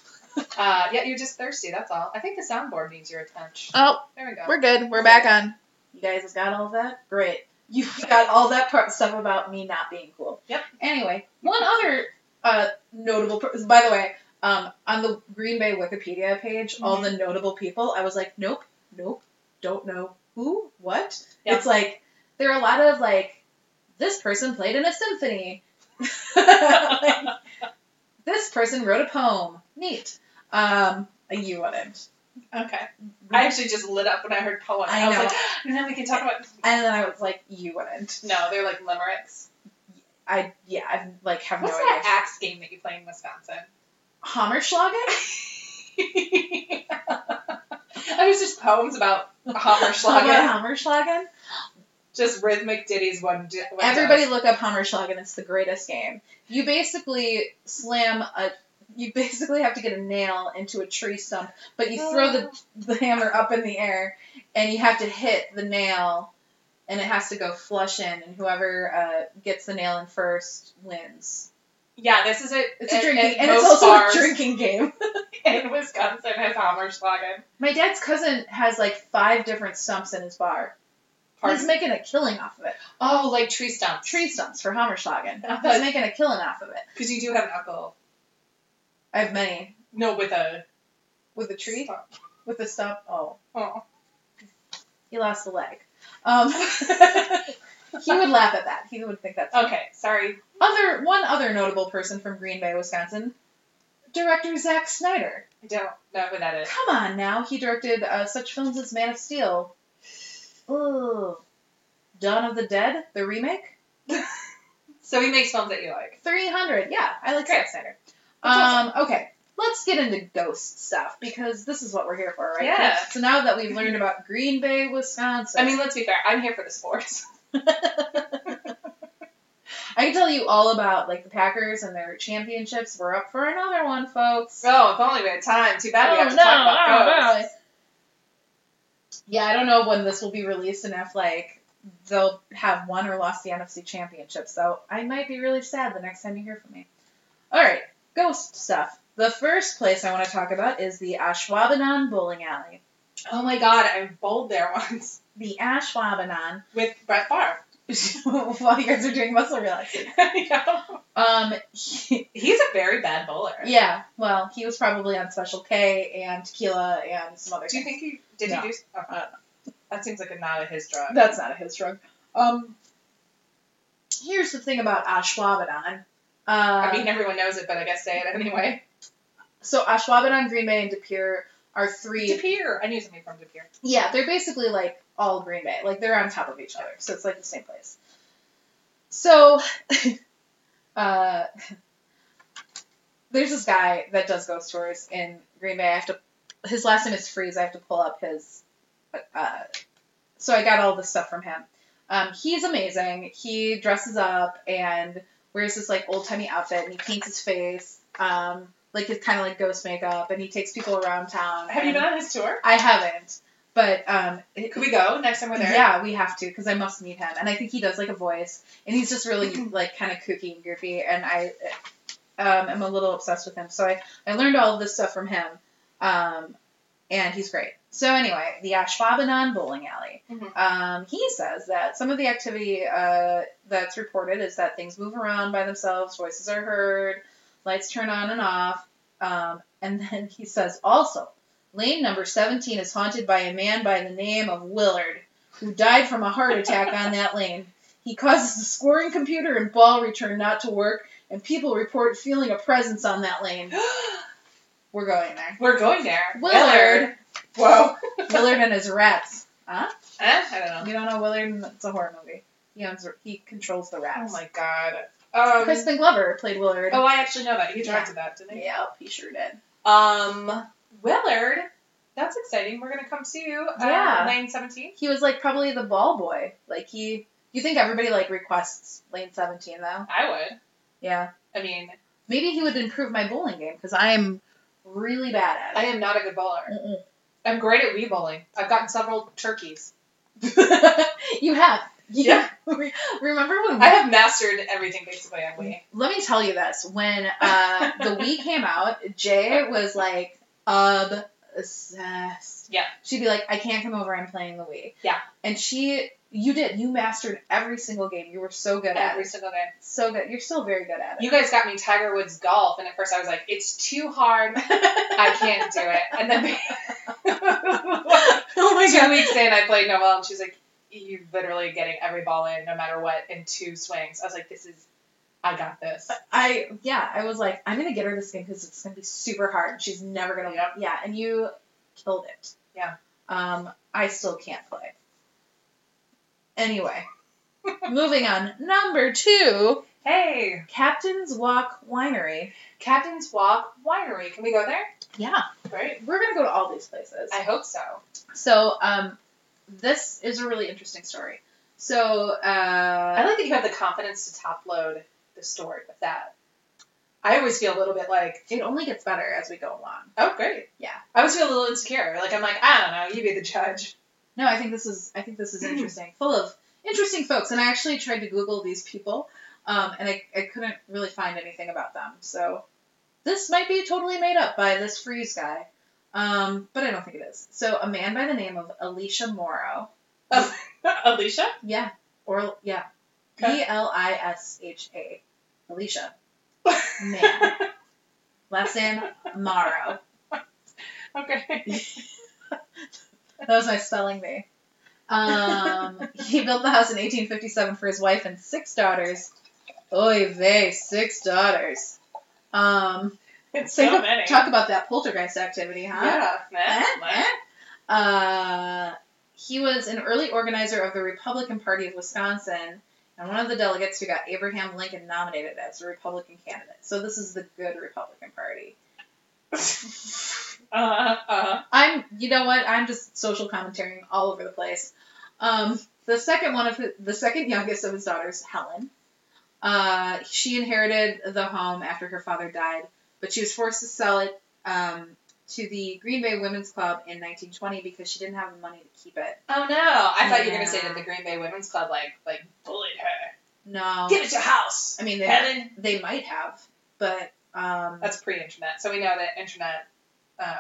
Speaker 1: Uh, yeah, you're just thirsty. That's all. I think the soundboard needs your attention.
Speaker 2: Oh,
Speaker 1: There we go.
Speaker 2: good.
Speaker 1: We're back
Speaker 2: on. You guys have got all that? Great. You got all that part stuff about me not being cool.
Speaker 1: Yep.
Speaker 2: Anyway, one (laughs) other uh, notable. Per- by the way, um, on the Green Bay Wikipedia page,
Speaker 1: Mm-hmm.
Speaker 2: all the notable people, I was like, nope, nope, don't know who, what.
Speaker 1: Yeah.
Speaker 2: It's like there are a lot of like, this person played in a symphony. (laughs) Like, this person wrote a poem. Neat. Um, you wouldn't.
Speaker 1: okay. I actually just lit up when I heard poem.
Speaker 2: I
Speaker 1: I, was
Speaker 2: know.
Speaker 1: like, and then we can talk about.
Speaker 2: And then I was like, you wouldn't.
Speaker 1: No, they're like limericks.
Speaker 2: I yeah, I like have
Speaker 1: What's
Speaker 2: no
Speaker 1: that
Speaker 2: idea.
Speaker 1: axe game that you play in Wisconsin? (laughs)
Speaker 2: Hammerschlagen?
Speaker 1: I was just poems about
Speaker 2: (laughs)
Speaker 1: Hammerschlagen.
Speaker 2: About Hammerschlagen?
Speaker 1: just rhythmic ditties one. di- one
Speaker 2: Everybody
Speaker 1: does.
Speaker 2: look up Hammerschlagen. It's the greatest game. You basically slam a. You basically have to get a nail into a tree stump, but you throw the, the hammer up in the air, and you have to hit the nail, and it has to go flush in, and whoever uh, gets the nail in first wins.
Speaker 1: Yeah, this is it.
Speaker 2: It's a
Speaker 1: at-
Speaker 2: drinking,
Speaker 1: at
Speaker 2: and it's
Speaker 1: most
Speaker 2: also
Speaker 1: bars
Speaker 2: a drinking game.
Speaker 1: (laughs) in Wisconsin has Hammerschlagen.
Speaker 2: My dad's cousin has like five different stumps in his bar.
Speaker 1: Pardon?
Speaker 2: He's making a killing off of it.
Speaker 1: oh, like tree stumps.
Speaker 2: Tree stumps for Hammerschlagen.
Speaker 1: Uh-huh. (laughs)
Speaker 2: He's making a killing off of it.
Speaker 1: because you do have an uncle.
Speaker 2: I have many.
Speaker 1: No, with a
Speaker 2: With a tree?
Speaker 1: stump.
Speaker 2: With a stump? Oh,
Speaker 1: Oh.
Speaker 2: he lost a leg. Um, (laughs) he would laugh at that. He would think
Speaker 1: (laughs)
Speaker 2: that's
Speaker 1: okay, sorry.
Speaker 2: other one other notable person from Green Bay, Wisconsin. Director Zack Snyder.
Speaker 1: I don't know who that is.
Speaker 2: Come on now, he directed uh, such films as Man of Steel, Ooh, Dawn of the Dead, the remake,
Speaker 1: So he makes films that you like.
Speaker 2: 300. Yeah, I like
Speaker 1: Great.
Speaker 2: Zack Snyder.
Speaker 1: That's
Speaker 2: Um, okay, let's get into ghost stuff because this is what we're here for, right?
Speaker 1: Yeah.
Speaker 2: So now that we've learned about Green Bay, Wisconsin,
Speaker 1: I mean, let's be fair. I'm here for the sports. (laughs)
Speaker 2: (laughs) I can tell you all about like the Packers and their championships. We're up for another one, folks.
Speaker 1: Oh, if only we had time. Too bad we have
Speaker 2: Oh,
Speaker 1: to
Speaker 2: no,
Speaker 1: talk about
Speaker 2: oh,
Speaker 1: ghosts.
Speaker 2: Yeah, I don't know when this will be released and if like they'll have won or lost the NFC championship. So I might be really sad the next time you hear from me. All right, ghost stuff. The first place I want to talk about is the Ashwaubenon Bowling Alley.
Speaker 1: Oh my god, I bowled there once (laughs)
Speaker 2: The Ashwaubenon. (laughs)
Speaker 1: with Brett Favre. (laughs)
Speaker 2: While you guys are doing muscle relaxation.
Speaker 1: Yeah.
Speaker 2: Um, (laughs)
Speaker 1: He's a very bad bowler.
Speaker 2: Yeah, well, he was probably on Special K and tequila and some other.
Speaker 1: Do you
Speaker 2: things.
Speaker 1: think he did
Speaker 2: No.
Speaker 1: he do? Oh,
Speaker 2: I don't
Speaker 1: that seems like a not of his drug.
Speaker 2: that's not a his drug? Um, here's the thing about Ashwaubenon. Uh,
Speaker 1: I mean, everyone knows it, but I guess say it anyway.
Speaker 2: so Ashwaubenon, Green Bay, and De Pere are three.
Speaker 1: Depeer. I knew something from Depeer.
Speaker 2: Yeah, they're basically like all Green Bay. Like they're on top of each other. So it's like the same place. So (laughs) uh (laughs) there's this guy that does ghost tours in Green Bay. I have to his last name is Freeze. I have to pull up his uh so I got all this stuff from him. Um, he is amazing. He dresses up and wears this like old timey outfit and he paints his face, um, like his kind of like ghost makeup, and he takes people around town.
Speaker 1: Have you
Speaker 2: and-
Speaker 1: been on his tour?
Speaker 2: I haven't, but um, it-
Speaker 1: Could we go next time we're there?
Speaker 2: yeah, we have to because I must meet him, and I think he does like a voice, and he's just really like kind of kooky and goofy, and I um, am a little obsessed with him. So I I learned all of this stuff from him, um, and he's great. So anyway, the Ashwaubenon Bowling Alley.
Speaker 1: Mhm.
Speaker 2: Um, he says that some of the activity uh, that's reported is that things move around by themselves, voices are heard, lights turn on and off, um, and then he says also. Lane number 17 is haunted by a man by the name of Willard who died from a heart attack
Speaker 1: (laughs)
Speaker 2: on that lane. He causes the scoring computer and ball return not to work, and people report feeling a presence on that lane. We're going there.
Speaker 1: (gasps) we're going there.
Speaker 2: Willard.
Speaker 1: Whoa.
Speaker 2: Willard and
Speaker 1: (laughs)
Speaker 2: his rats.
Speaker 1: Eh? I don't know.
Speaker 2: You don't know Willard? It's a horror movie. He owns, he controls the
Speaker 1: Oh
Speaker 2: rats.
Speaker 1: my god. Um,
Speaker 2: Kristen Glover played Willard.
Speaker 1: oh, I actually know that. He directed that, didn't he?
Speaker 2: yeah, he sure did.
Speaker 1: Um, Willard. That's exciting. We're gonna come see you. Uh,
Speaker 2: Yeah.
Speaker 1: Nine seventeen.
Speaker 2: He was like probably the ball boy. Like he. You think everybody like requests lane seventeen though?
Speaker 1: I would.
Speaker 2: Yeah.
Speaker 1: I mean,
Speaker 2: Maybe he would improve my bowling game because I am really bad at it.
Speaker 1: I am not a good bowler.
Speaker 2: Mm-mm. (laughs)
Speaker 1: I'm great at wee bowling. I've gotten several turkeys.
Speaker 2: you have. You-
Speaker 1: Yeah.
Speaker 2: (laughs) Re- Remember when?
Speaker 1: I
Speaker 2: (laughs)
Speaker 1: have mastered everything basically on wee.
Speaker 2: Let me tell you this. When uh, the Wii came out, Jay was like obsessed.
Speaker 1: Yeah.
Speaker 2: She'd be like, "I can't come over. I'm playing the Wii."
Speaker 1: Yeah.
Speaker 2: And she, you did. You mastered every single game. You were so good at
Speaker 1: Every
Speaker 2: it.
Speaker 1: single day.
Speaker 2: So good. You're still very good at it.
Speaker 1: You guys got me Tiger Woods golf, and at first I was like, it's too hard. I can't do it. And then
Speaker 2: (laughs) oh my
Speaker 1: two weeks in, I played Noelle, and she's like, you're literally getting every ball in, no matter what, in two swings. I was like, this is, I got this.
Speaker 2: I yeah. I was like, I'm gonna get her this game because it's gonna be super hard. and She's never gonna.
Speaker 1: Yep.
Speaker 2: Yeah. And you killed it.
Speaker 1: Yeah.
Speaker 2: Um, I still can't play. Anyway, moving on. Number two,
Speaker 1: Hey,
Speaker 2: Captain's Walk Winery.
Speaker 1: Captain's Walk Winery. Can we go there?
Speaker 2: Yeah,
Speaker 1: Great.
Speaker 2: we're gonna go to all these places.
Speaker 1: I hope so.
Speaker 2: So, um, this is a really interesting story. So,
Speaker 1: I
Speaker 2: uh,
Speaker 1: like that you have the confidence to top load the story with that. I always feel a little bit like,
Speaker 2: it only gets better as we go along.
Speaker 1: oh, great.
Speaker 2: Yeah.
Speaker 1: I always feel a little insecure. Like, I'm like, I don't know, you be the
Speaker 2: (laughs)
Speaker 1: judge.
Speaker 2: No, I think this is I think this is interesting, full of interesting folks. And I actually tried to Google these people, um, and I, I couldn't really find anything about them. So this might be totally made up by this freeze guy, um, but I don't think it is. So a man by the name of Alicia Morrow,
Speaker 1: Alicia? (laughs)
Speaker 2: yeah, or yeah,
Speaker 1: Okay.
Speaker 2: P L I S H A, Alicia,
Speaker 1: (laughs)
Speaker 2: man, last name Morrow.
Speaker 1: okay.
Speaker 2: That was my spelling bee. Um, (laughs) he built the house in 1857 for his wife and six daughters. Oy vey, six daughters. Um,
Speaker 1: It's
Speaker 2: think
Speaker 1: so
Speaker 2: of-
Speaker 1: many.
Speaker 2: talk about that poltergeist activity, huh?
Speaker 1: Yeah.
Speaker 2: Eh,
Speaker 1: man.
Speaker 2: eh. Uh, he was an early organizer of the Republican Party of Wisconsin and one of the delegates who got Abraham Lincoln nominated as a Republican candidate. So this is the good Republican Party.
Speaker 1: (laughs) Uh, uh,
Speaker 2: I'm, you know what? I'm just social commentarying all over the place. Um, the second one of his, the second youngest of his daughters, Helen, uh, she inherited the home after her father died, but she was forced to sell it um, to the Green Bay Women's Club in 1920 because she didn't have the money to keep it.
Speaker 1: oh no! I thought you were gonna
Speaker 2: Yeah.
Speaker 1: say that the Green Bay Women's Club like like bullied her.
Speaker 2: No,
Speaker 1: Give it your house,
Speaker 2: I mean they
Speaker 1: Helen.
Speaker 2: they might have, but um,
Speaker 1: That's pre-internet, so we know that internet. Uh...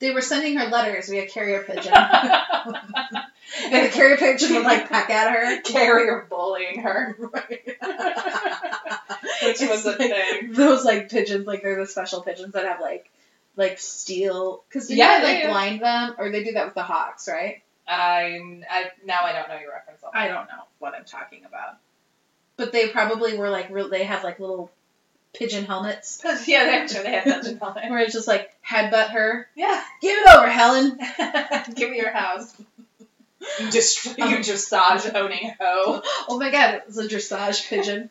Speaker 2: they were sending her letters via carrier
Speaker 1: (laughs)
Speaker 2: pigeon. (laughs) and the carrier pigeon would like peck at her.
Speaker 1: Carrier bullying her, (laughs) which was a
Speaker 2: It's like
Speaker 1: thing.
Speaker 2: Those like pigeons, like they're the special pigeons that have like like steel because you
Speaker 1: Yeah,
Speaker 2: yeah, like
Speaker 1: they-
Speaker 2: blind them or they do that with the hawks, right?
Speaker 1: I, I now I don't know your reference. level.
Speaker 2: I don't know what I'm talking about. But they probably were like real. They had like little pigeon helmets
Speaker 1: (laughs) yeah, they- I'm sure they had such a comment.
Speaker 2: where it's just like headbutt her.
Speaker 1: Yeah, (laughs)
Speaker 2: Give it over, Helen.
Speaker 1: give me your house. You just you
Speaker 2: Um.
Speaker 1: dressage owning hoe.
Speaker 2: Oh my god, it was a dressage (laughs) pigeon.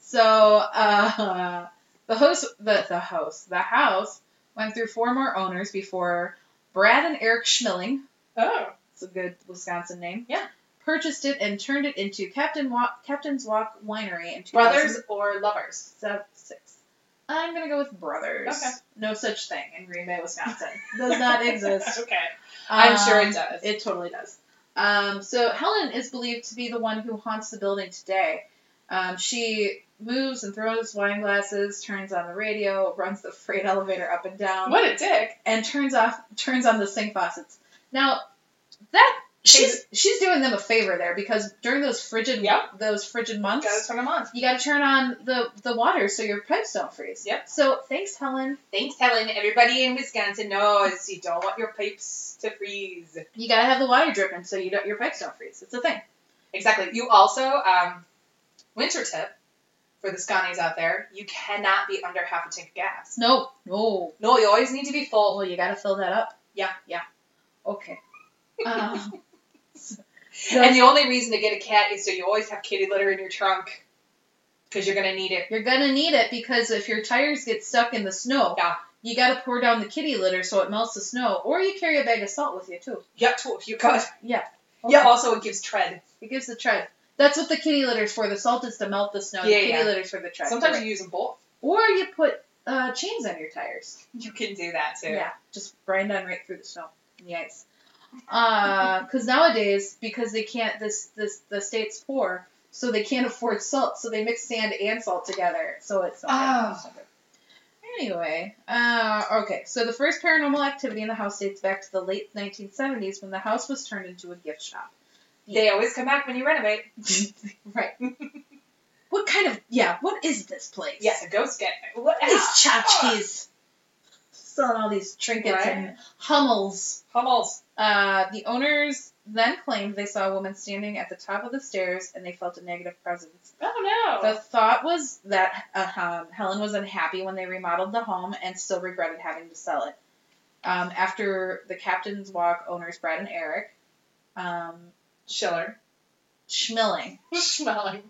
Speaker 2: so uh, the host, the the host, the house went through four more owners before Brad and Eric Schmilling.
Speaker 1: Oh,
Speaker 2: It's a good Wisconsin name.
Speaker 1: Yeah.
Speaker 2: purchased it and turned it into Captain Walk, Captain's Walk Winery in 2006.
Speaker 1: Brothers or lovers?
Speaker 2: I'm gonna go with brothers.
Speaker 1: Okay.
Speaker 2: No such thing in Green Bay, Wisconsin. (laughs) Does not exist. (laughs)
Speaker 1: okay. I'm sure
Speaker 2: Um,
Speaker 1: it does.
Speaker 2: It totally does. Um, so Helen is believed to be the one who haunts the building today. Um, she moves and throws wine glasses, turns on the radio, runs the freight elevator up and down,
Speaker 1: what a dick.
Speaker 2: and turns off turns on the sink faucets. Now that she's she's doing them a favor there because during those frigid
Speaker 1: Yep.
Speaker 2: those frigid months,
Speaker 1: Gotta turn them on.
Speaker 2: you got to turn on the the water so your pipes don't freeze.
Speaker 1: Yep.
Speaker 2: So thanks, Helen.
Speaker 1: Thanks, Helen. Everybody in Wisconsin knows you don't want your pipes to freeze.
Speaker 2: You got to have the water dripping so you don't your pipes don't freeze. It's a thing.
Speaker 1: Exactly. You also, um, winter tip for the Scotties out there, you cannot be under half a tank of gas.
Speaker 2: No, no.
Speaker 1: No, you always need to be
Speaker 2: Oh,
Speaker 1: full.
Speaker 2: well, you got to fill that up.
Speaker 1: Yeah, yeah. (laughs)
Speaker 2: Okay. Um,
Speaker 1: And the only reason to get a cat is so you always have kitty litter in your trunk because you're gonna need it.
Speaker 2: you're gonna need it because if your tires get stuck in the snow,
Speaker 1: Yeah.
Speaker 2: you gotta pour down the kitty litter so it melts the snow, or you carry a bag of salt with you too.
Speaker 1: Yep, too, if you could.
Speaker 2: Okay.
Speaker 1: Yeah. Also, it gives tread.
Speaker 2: It gives the tread. That's what the kitty litter's for. The salt is to melt the snow. the
Speaker 1: Yeah,
Speaker 2: kitty
Speaker 1: yeah.
Speaker 2: litter's for the tread.
Speaker 1: Sometimes you use them both.
Speaker 2: or you put uh, chains on your tires.
Speaker 1: You can do that too.
Speaker 2: Yeah, just grind on right through the snow and the (laughs) ice. Because nowadays, because they can't, this this the state's poor, so they can't (laughs) afford salt, so they mix sand and salt together, so it's not good.
Speaker 1: Oh.
Speaker 2: It's not good. Anyway, uh, okay, so the first paranormal activity in the house dates back to the late 1970s when the house was turned into a gift (laughs) shop.
Speaker 1: They always come back when you renovate.
Speaker 2: right. what kind of, yeah, what is this place?
Speaker 1: Yeah, the ghost Ah, get what
Speaker 2: These tchotchkes. Selling all these trinkets
Speaker 1: Right.
Speaker 2: and hummels.
Speaker 1: Hummels.
Speaker 2: Uh, the owners then claimed they saw a woman standing at the top of the stairs and they felt a negative presence.
Speaker 1: Oh no.
Speaker 2: The thought was that uh, um, Helen was unhappy when they remodeled the home and still regretted having to sell it. Um, after the Captain's Walk owners Brad and Eric, um,
Speaker 1: Schiller. (laughs)
Speaker 2: Schmilling,
Speaker 1: Smelling.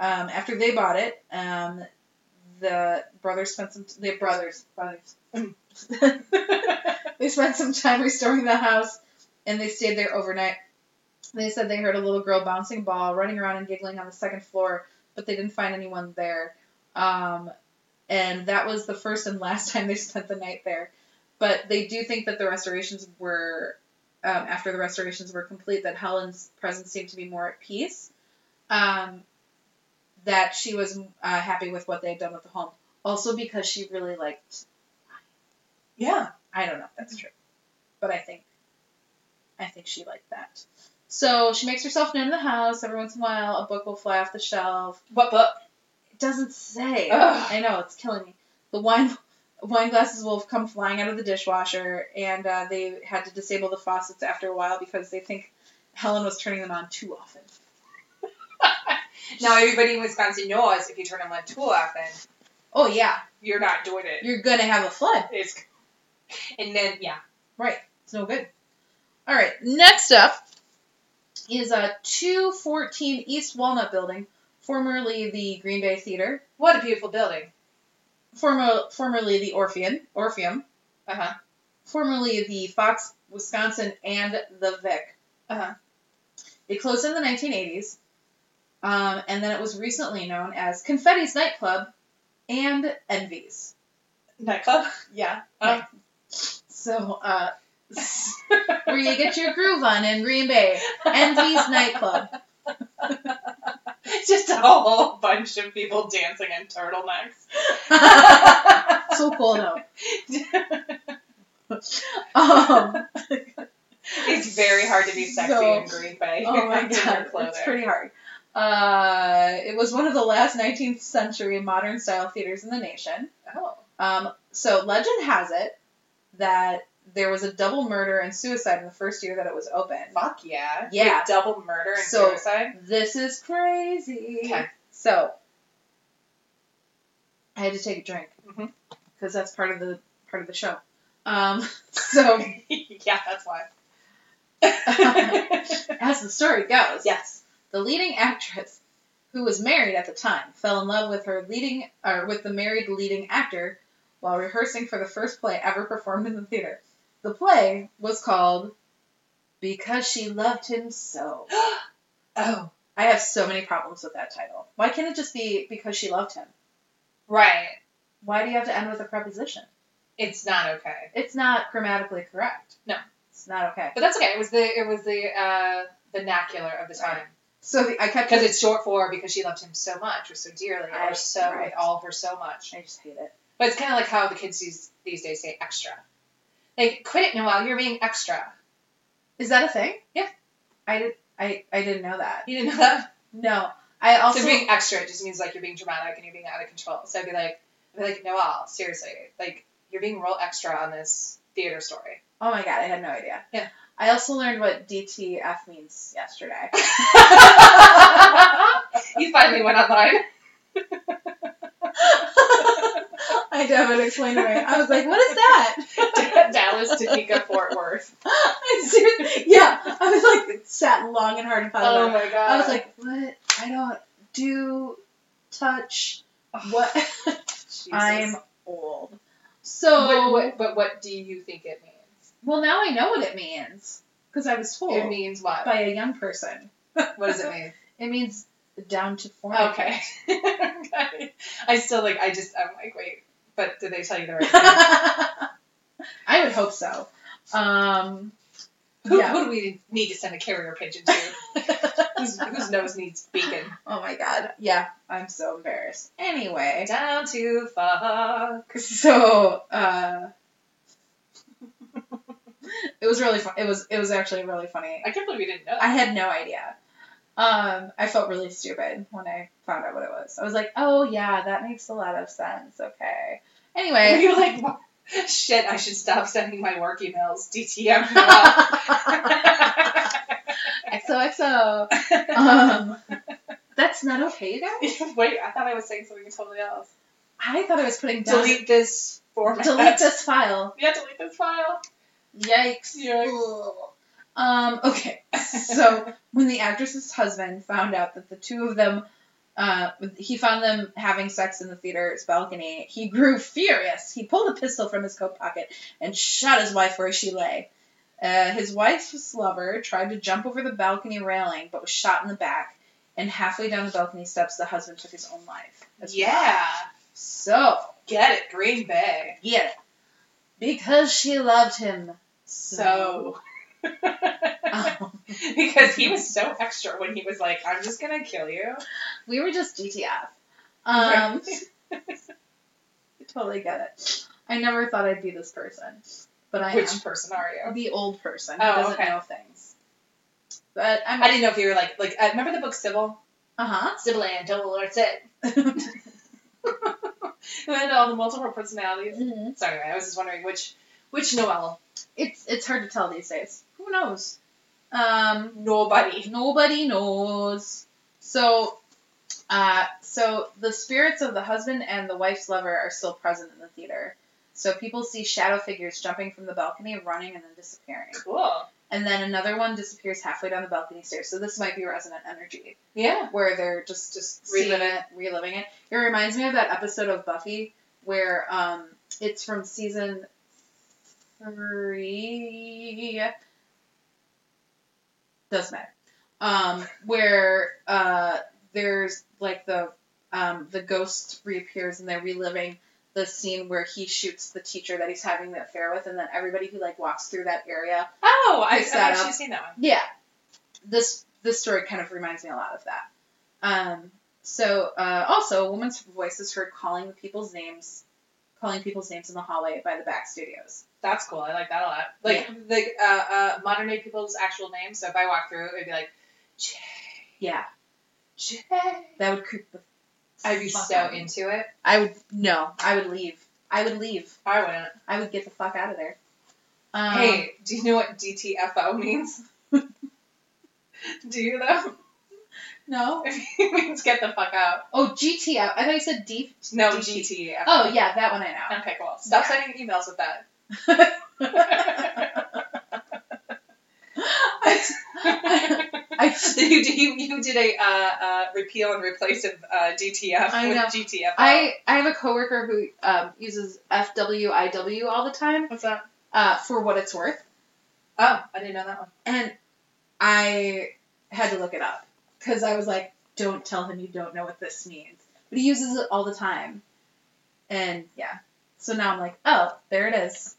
Speaker 2: um, after they bought it, um, the brothers spent some. The brothers, brothers. they spent some time restoring the house, and they stayed there overnight. They said they heard a little girl bouncing a ball, running around and giggling on the second floor, but they didn't find anyone there. Um, and that was the first and last (laughs) time they spent the night there. But they do think that the restorations were, um, after the restorations were complete, that Helen's presence seemed to be more at peace. Um, that she was uh, happy with what they had done with the home. Also because she really liked.
Speaker 1: Yeah.
Speaker 2: I don't know if that's true, but I think, I think she liked that. So she makes herself known in the house every once in a while. A book will fly off the shelf.
Speaker 1: What book?
Speaker 2: It doesn't say.
Speaker 1: Ugh.
Speaker 2: I know it's killing me. The wine wine glasses will come flying out of the dishwasher, and uh, they had to disable the faucets after a while because they think Helen was turning them on too often. (laughs)
Speaker 1: (laughs) Now everybody in Wisconsin knows if you turn on one tool off, then
Speaker 2: Oh yeah,
Speaker 1: you're not doing it.
Speaker 2: you're gonna have a flood.
Speaker 1: It's and then yeah,
Speaker 2: Right. It's no good. All right. Next up is a 214 East Walnut Building, formerly the Green Bay Theater,
Speaker 1: what a beautiful building.
Speaker 2: former, formerly the Orpheum, Orpheum, uh-huh,
Speaker 1: Uh huh.
Speaker 2: formerly the Fox, Wisconsin, and the Vic.
Speaker 1: Uh-huh.
Speaker 2: They closed in the 1980s, um, and then it was recently known as Confetti's Nightclub and Envy's.
Speaker 1: (laughs) Nightclub.
Speaker 2: Yeah. um,
Speaker 1: Oh.
Speaker 2: So, uh, where you get your groove on in Green Bay, Envy's Nightclub.
Speaker 1: (laughs) Just a whole bunch of people dancing in turtlenecks.
Speaker 2: (laughs)
Speaker 1: (laughs)
Speaker 2: so cool (laughs) though. (laughs) Um,
Speaker 1: it's very hard to be sexy
Speaker 2: So-
Speaker 1: in Green Bay.
Speaker 2: oh my
Speaker 1: (laughs) in your
Speaker 2: god,
Speaker 1: clothing.
Speaker 2: it's pretty hard. Uh, it was one of the last 19th century modern style theaters in the nation.
Speaker 1: Oh.
Speaker 2: Um, so legend has it that there was a double murder and suicide in the first year that it was open.
Speaker 1: Fuck yeah.
Speaker 2: Yeah.
Speaker 1: Wait, double murder and
Speaker 2: So-
Speaker 1: suicide.
Speaker 2: This is crazy.
Speaker 1: Okay.
Speaker 2: So I had to take a drink because
Speaker 1: Mhm.
Speaker 2: that's part of the part of the show. Um, (laughs) so
Speaker 1: (laughs) yeah, that's
Speaker 2: (laughs)
Speaker 1: why.
Speaker 2: as the story goes,
Speaker 1: yes.
Speaker 2: the leading actress, who was married at the time, fell in love with her leading or with the married leading actor while rehearsing for the first play ever performed in the theater. The play was called Because she loved him so.
Speaker 1: Oh.
Speaker 2: I have so many problems with that title. Why can't it just be because she loved him?
Speaker 1: Right.
Speaker 2: Why do you have to end with a preposition?
Speaker 1: It's not okay.
Speaker 2: It's not grammatically correct.
Speaker 1: No.
Speaker 2: It's not okay.
Speaker 1: But that's okay. It was the it was the uh, vernacular of the time
Speaker 2: So the, I kept
Speaker 1: because it's short for because she loved him so much or so dearly or
Speaker 2: Right,
Speaker 1: so
Speaker 2: right.
Speaker 1: with all her so much.
Speaker 2: I just hate it.
Speaker 1: But it's kind of like how the kids these these days say extra. Like quit it, Noel. You're being extra.
Speaker 2: Is that a thing?
Speaker 1: Yeah.
Speaker 2: I did. I, I didn't know that.
Speaker 1: You didn't know that.
Speaker 2: No. I also
Speaker 1: so being extra it just means like you're being dramatic and you're being out of control. So I'd be like, I'd be like, Noel, seriously, like you're being real extra on this theater story.
Speaker 2: Oh my god, I had no idea.
Speaker 1: Yeah.
Speaker 2: I also learned what DTF means
Speaker 1: (laughs)
Speaker 2: yesterday.
Speaker 1: you finally went online.
Speaker 2: (laughs) I had to explain to me. I was like, what
Speaker 1: (laughs)
Speaker 2: is that? (laughs)
Speaker 1: Dallas, Topeka, Fort Worth.
Speaker 2: I seriously- yeah. (laughs) I was like, sat long and hard and thought about it.
Speaker 1: Oh my god.
Speaker 2: Um, I was like, what? I don't do touch
Speaker 1: (laughs)
Speaker 2: what? I'm old. So,
Speaker 1: But what, but what do you think it means?
Speaker 2: well, now I know what it means because I was told
Speaker 1: It means what?
Speaker 2: by a young person. (laughs)
Speaker 1: what does it mean?
Speaker 2: It means down to form.
Speaker 1: okay. okay. (laughs) I still like. I just. I'm like, wait. But did they tell you the right thing?
Speaker 2: (laughs) I would hope so. Um, (laughs)
Speaker 1: Who,
Speaker 2: yeah.
Speaker 1: who do we need to send a carrier pigeon to? whose, whose nose needs bacon?
Speaker 2: oh my god. Yeah, I'm so embarrassed. Anyway,
Speaker 1: Down to fuck.
Speaker 2: so uh, it was really fun. It was it was actually really funny.
Speaker 1: I can't believe you didn't know.
Speaker 2: I
Speaker 1: That.
Speaker 2: had no idea. Um, I felt really stupid when I found out what it was. I was like, oh yeah, that makes a lot of sense. Okay.
Speaker 1: Were
Speaker 2: (laughs) Anyway.
Speaker 1: you like, "What? shit? I should stop sending my work emails.
Speaker 2: (laughs)
Speaker 1: (laughs) DTM. Noel."
Speaker 2: XOXO. Um, that's not okay, you guys.
Speaker 1: Wait, I thought I was saying something totally else.
Speaker 2: I thought I was putting down.
Speaker 1: Delete this (laughs) format.
Speaker 2: delete this file.
Speaker 1: Yeah, delete this file.
Speaker 2: Yikes. Um, okay. So when the actress's husband found out that the two of them uh, he found them having sex in the theater's balcony. He grew furious. He pulled a pistol from his coat pocket and shot his wife where she lay. Uh, his wife's lover tried to jump over the balcony railing but was shot in the back. And halfway down the balcony steps, the husband took his own life. as well.
Speaker 1: Yeah.
Speaker 2: So,
Speaker 1: Get it, Green Bay.
Speaker 2: yeah. Because she loved him (laughs)
Speaker 1: So. (laughs) because he was so extra when he was like, I'm just gonna kill you.
Speaker 2: We were just DTF.
Speaker 1: (laughs) Right.
Speaker 2: (laughs) Um, I totally get it. I never thought I'd be this person, but I
Speaker 1: Which person are you?
Speaker 2: am the old person who
Speaker 1: Oh,
Speaker 2: doesn't
Speaker 1: okay.
Speaker 2: know things. But I'm
Speaker 1: I didn't know if you were like like uh, remember the book Sybil?
Speaker 2: uh huh.
Speaker 1: Sybil and Double or Sid. Who had all the multiple personalities. (laughs) So anyway, I was just wondering which which Noel?
Speaker 2: uh-huh. (laughs) It's it's hard to tell these days. Who knows? Um,
Speaker 1: Nobody.
Speaker 2: nobody knows. So, uh, so the spirits of the husband and the wife's lover are still present in the theater. So people see shadow figures jumping from the balcony, running, and then disappearing.
Speaker 1: Cool.
Speaker 2: and then another one disappears halfway down the balcony stairs. So this might be resonant energy,
Speaker 1: Yeah.
Speaker 2: where they're just just seeing
Speaker 1: Reliving
Speaker 2: it, reliving it. It reminds me of that episode of Buffy where um, it's from season three. Doesn't matter. Um, where uh, there's like the um, the ghost reappears and they're reliving the scene where he shoots the teacher that he's having the affair with, and then everybody who like walks through that area
Speaker 1: Oh, I,
Speaker 2: Fix
Speaker 1: I've
Speaker 2: that
Speaker 1: actually
Speaker 2: up.
Speaker 1: seen that one.
Speaker 2: yeah this this story kind of reminds me a lot of that um so uh, also a woman's voice is heard calling the people's names calling people's names in the hallway by the back studios
Speaker 1: That's cool. I like that a lot. Like like uh, uh, modern day people's actual names. So if I walk through, it'd be like Jay.
Speaker 2: yeah
Speaker 1: Jay.
Speaker 2: that would creep the
Speaker 1: I'd be
Speaker 2: fuck
Speaker 1: so
Speaker 2: out of me.
Speaker 1: into it.
Speaker 2: i would no i would leave i would leave
Speaker 1: I wouldn't.
Speaker 2: i would get the fuck out of there um,
Speaker 1: hey, do you know what DTFO means? (laughs) do you though? (laughs)
Speaker 2: no
Speaker 1: it means get the fuck out.
Speaker 2: oh gtf i thought you said d
Speaker 1: No
Speaker 2: DT.
Speaker 1: GTFO.
Speaker 2: oh yeah that one i know
Speaker 1: Okay, cool. Stop
Speaker 2: Yeah.
Speaker 1: sending emails with that. (laughs) you, do- you, you did a uh, uh, repeal and replace of uh, DTF
Speaker 2: I
Speaker 1: with
Speaker 2: know.
Speaker 1: GTFO.
Speaker 2: I, I have a coworker who um, uses FWIW all the time
Speaker 1: What's that?
Speaker 2: uh, for what it's worth.
Speaker 1: Oh, I didn't know that one.
Speaker 2: And I had to look it up because I was like, don't tell him you don't know what this means. But he uses it all the time. And yeah. So now I'm like, oh, there it is.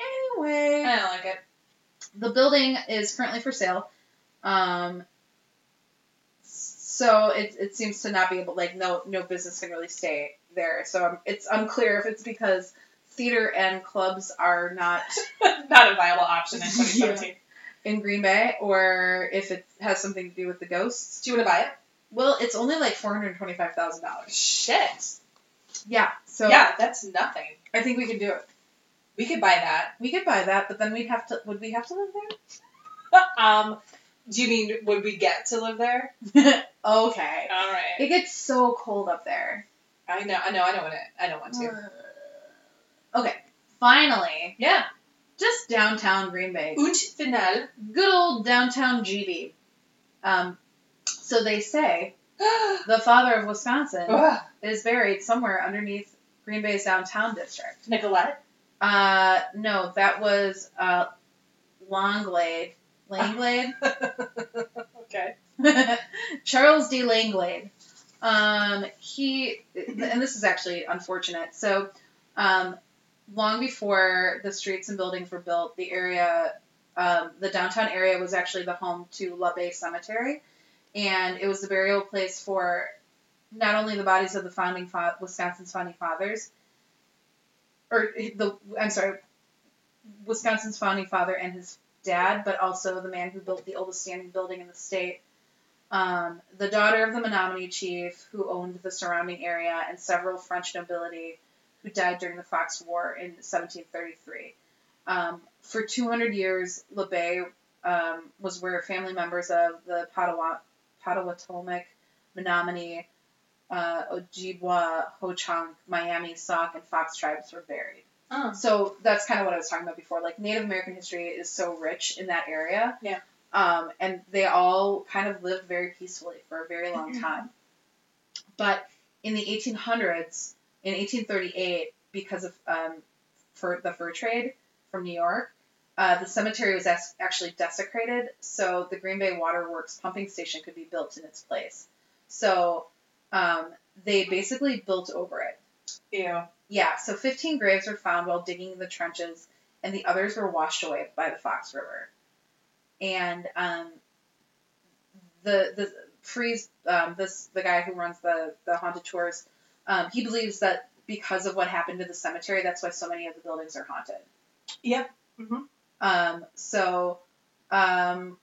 Speaker 2: Anyway,
Speaker 1: I don't like it.
Speaker 2: the building is currently for sale. Um, so it, it seems to not be able, like, no no business can really stay there. So um, it's unclear if it's because theater and clubs are not
Speaker 1: (laughs) Not a viable option in 2017.
Speaker 2: in Green Bay or if it has something to do with the ghosts.
Speaker 1: Do you want to buy it?
Speaker 2: Well, it's only like four hundred twenty-five thousand dollars.
Speaker 1: Shit.
Speaker 2: Yeah. So
Speaker 1: yeah, that's nothing.
Speaker 2: I think we could do it.
Speaker 1: We could buy that. (laughs)
Speaker 2: We could buy that, but then we'd have to. Would we have to live
Speaker 1: um, do you mean would we get to live there?
Speaker 2: there? (laughs) okay.
Speaker 1: All right.
Speaker 2: It gets so cold up there.
Speaker 1: I know. I know. I don't want it. I don't want to.
Speaker 2: Uh, Okay. Finally,
Speaker 1: Yeah.
Speaker 2: just downtown Green Bay.
Speaker 1: Und final. (gasps)
Speaker 2: Good old downtown GB. Um, so they say the father of Wisconsin
Speaker 1: Ugh.
Speaker 2: is buried somewhere underneath Green Bay's downtown district.
Speaker 1: Nicolette. (laughs)
Speaker 2: Uh, no, that was uh, Longlade. Langlade?
Speaker 1: okay.
Speaker 2: (laughs) Charles D. Langlade. Um, he, and this is actually unfortunate. So, um, long before the streets and buildings were built, the area, um, the downtown area was actually the home to La Bay Cemetery, and it was the burial place for not only the bodies of the founding fa- Wisconsin's founding fathers, or the I'm sorry, Wisconsin's founding father and his dad, but also the man who built the oldest standing building in the state. Um, the daughter of the Menominee chief who owned the surrounding area and several French nobility who died during the Fox War in 1733. Um, for 200 years, La Bay um, was where family members of the Pottawa- Potawatomic, Menominee, uh, Ojibwa, Ho-Chunk, Miami, Sauk, and Fox tribes were buried.
Speaker 1: Oh.
Speaker 2: So that's kind of what I was talking about before. Like Native American history is so rich in that area.
Speaker 1: Yeah.
Speaker 2: Um, and they all kind of lived very peacefully for a very long time. But in the 1800s, in 1838, because of um, fur, the fur trade from New York, uh, the cemetery was as- actually desecrated, so the Green Bay Water Works pumping station could be built in its place. So um, they basically built over it.
Speaker 1: Ew.
Speaker 2: Yeah, so 15 graves were found while digging the trenches, and the others were washed away by the Fox River. And um, the the freeze um, this the guy who runs the the haunted tours, um, he believes that because of what happened to the cemetery, that's why so many of the buildings are haunted.
Speaker 1: Yep. Mhm.
Speaker 2: Um, so um,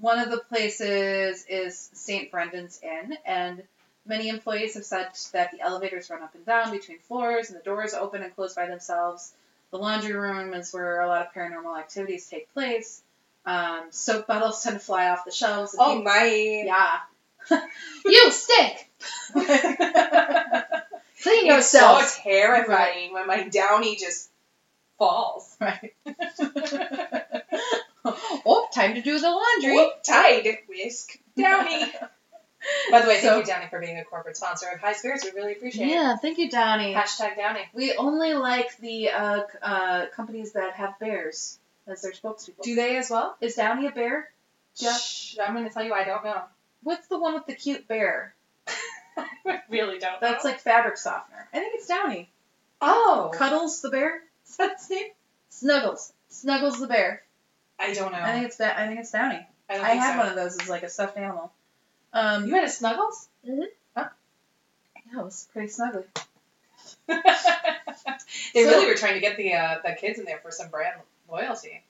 Speaker 2: one of the places is St. Brendan's Inn, and Many employees have said that the elevators run up and down between floors and the doors open and close by themselves. The laundry room is where a lot of paranormal activities take place. Um, soap bottles tend to fly off the shelves. and
Speaker 1: Oh
Speaker 2: people-
Speaker 1: my.
Speaker 2: yeah. (laughs) you stink!
Speaker 1: (laughs)
Speaker 2: Clean
Speaker 1: It's so
Speaker 2: yourself!
Speaker 1: terrifying when my downy just falls. (laughs)
Speaker 2: Right. oh, time to do the laundry.
Speaker 1: Whoop, Tide whisk downy. By the way, thank
Speaker 2: So-
Speaker 1: you Downy for being a corporate sponsor of High Spirits. We really appreciate
Speaker 2: Yeah, thank you, Donnie.
Speaker 1: it. Hashtag Downy.
Speaker 2: We only like the uh, c- uh, companies that have bears as their spokespeople.
Speaker 1: Do they as well?
Speaker 2: Is Downey a bear? Yeah.
Speaker 1: Shh, I'm going to tell you I don't know.
Speaker 2: What's the one with the cute bear?
Speaker 1: (laughs) I really don't.
Speaker 2: That's like fabric softener. I think it's Downey.
Speaker 1: oh, (laughs)
Speaker 2: Cuddles the bear.
Speaker 1: is that his name?
Speaker 2: Snuggles. Snuggles the bear.
Speaker 1: I don't know.
Speaker 2: I think it's that. I think it's Downey.
Speaker 1: Oh. I
Speaker 2: I,
Speaker 1: don't think
Speaker 2: had
Speaker 1: so.
Speaker 2: one of those as like a stuffed animal. Um,
Speaker 1: You had a (laughs) snuggles?
Speaker 2: yeah, it was pretty snuggly.
Speaker 1: they
Speaker 2: So-
Speaker 1: really were trying to get the uh, the kids in there for some brand loyalty.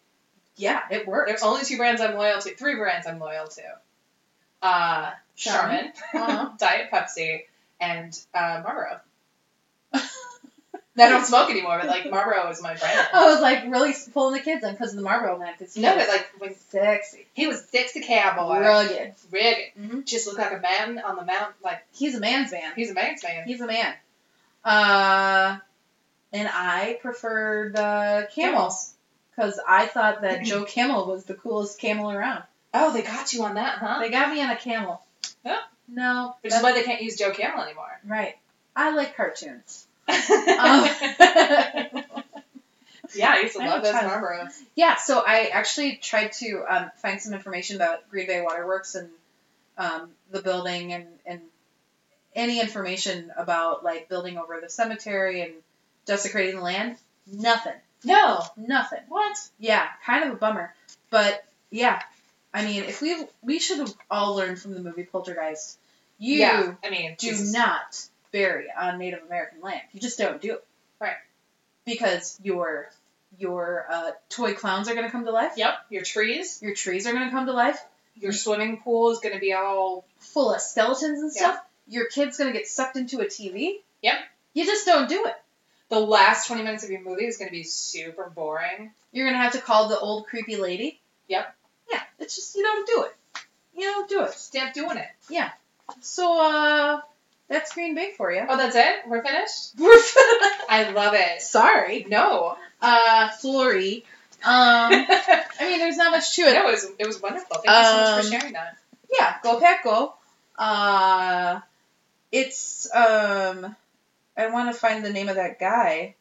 Speaker 2: Yeah, it worked.
Speaker 1: There's only two brands I'm loyal to. Three brands I'm loyal to. Uh, Charmin,
Speaker 2: Uh-huh.
Speaker 1: (laughs) Diet Pepsi, and uh, Marlboro. (laughs) I don't smoke anymore, but like Marlboro is my (laughs) brand.
Speaker 2: (laughs) I was like really pulling the kids in because of the Marlboro man. Because
Speaker 1: No, but like when
Speaker 2: sexy,
Speaker 1: he was sexy cowboy,
Speaker 2: rugged.
Speaker 1: rigged,
Speaker 2: Mhm.
Speaker 1: just looked like a man on the mountain. Like
Speaker 2: He's a man's man.
Speaker 1: he's a man's man.
Speaker 2: He's a man. Uh, and I preferred uh, camels because I
Speaker 1: (laughs)
Speaker 2: thought that Joe Camel was the coolest camel around.
Speaker 1: Oh, they got you on that, huh?
Speaker 2: They got me on a camel.
Speaker 1: Yeah.
Speaker 2: No.
Speaker 1: Which is why they can't use Joe Camel anymore.
Speaker 2: Right. I like cartoons.
Speaker 1: um. (laughs) Yeah, I used to
Speaker 2: I
Speaker 1: love
Speaker 2: have a
Speaker 1: those
Speaker 2: ton.
Speaker 1: Marlboros.
Speaker 2: Yeah, so I actually tried to um, find some information about Green Bay Waterworks and um, the building and, and any information about like building over the cemetery and desecrating the land. Nothing.
Speaker 1: No.
Speaker 2: Nothing.
Speaker 1: What?
Speaker 2: Yeah, kind of a bummer. But yeah, I mean, if we we should have all learned from the movie Poltergeist, you
Speaker 1: yeah. I mean,
Speaker 2: do
Speaker 1: Jesus.
Speaker 2: not bury on Native American land. You just don't do it.
Speaker 1: Right.
Speaker 2: Because your your uh, toy clowns are going to come to life.
Speaker 1: Yep. Your trees,
Speaker 2: Your trees are going to come to life,
Speaker 1: your swimming pool is going to be all.
Speaker 2: full of skeletons and
Speaker 1: Yeah.
Speaker 2: stuff. Your kid's going to get sucked into a TV.
Speaker 1: Yep.
Speaker 2: You just don't do it.
Speaker 1: The last 20 minutes of your movie is going to be super boring.
Speaker 2: You're going to have to call the old creepy lady.
Speaker 1: Yep.
Speaker 2: Yeah, it's just you don't do it. You don't do it.
Speaker 1: Just keep doing it.
Speaker 2: So uh that's Green Bay
Speaker 1: (laughs)
Speaker 2: for you.
Speaker 1: Oh, that's it? We're finished? I love it.
Speaker 2: Sorry.
Speaker 1: No.
Speaker 2: Uh sorry. Um I mean there's not much to it.
Speaker 1: (laughs) No, it was, it was wonderful. Thank you so much for
Speaker 2: Um,
Speaker 1: sharing that.
Speaker 2: yeah, go pack go. Uh, it's um, I want to find the name of that guy.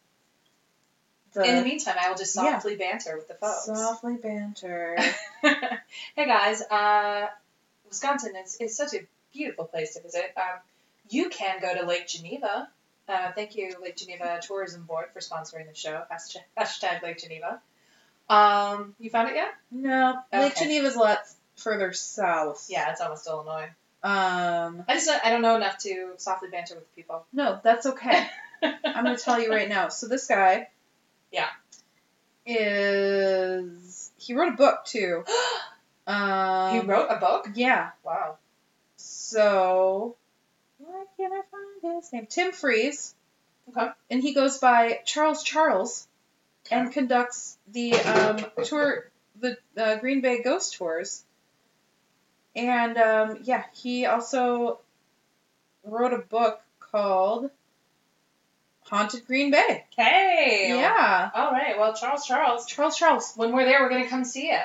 Speaker 1: In the meantime, I will just
Speaker 2: yeah.
Speaker 1: softly banter with the folks.
Speaker 2: softly banter.
Speaker 1: (laughs) hey guys, uh, Wisconsin is, is such a beautiful place to visit. Um, you can go to Lake Geneva. Uh, thank you, Lake Geneva Tourism Board, for sponsoring the show. Hashtag, hashtag Lake Geneva. Um, you found it yet?
Speaker 2: no, Lake
Speaker 1: Okay.
Speaker 2: Geneva's a lot further south.
Speaker 1: Yeah, it's almost Illinois.
Speaker 2: Um,
Speaker 1: I just don't- I don't know enough to softly banter with people.
Speaker 2: no, that's okay. I'm gonna tell you right now. So this guy.
Speaker 1: Yeah.
Speaker 2: Is he wrote a
Speaker 1: (gasps)
Speaker 2: book too?
Speaker 1: (laughs)
Speaker 2: Um,
Speaker 1: he wrote a book.
Speaker 2: Yeah.
Speaker 1: Wow.
Speaker 2: So, why can't I find his name? Tim Freeze.
Speaker 1: Okay.
Speaker 2: And he goes by Charles Charles and conducts the um, tour, the uh, Green Bay Ghost Tours. And um, yeah, he also wrote a book called Haunted Green Bay.
Speaker 1: Hey.
Speaker 2: Yeah.
Speaker 1: All right. Well, Charles, Charles.
Speaker 2: Charles Charles.
Speaker 1: When we're there, we're gonna come see you.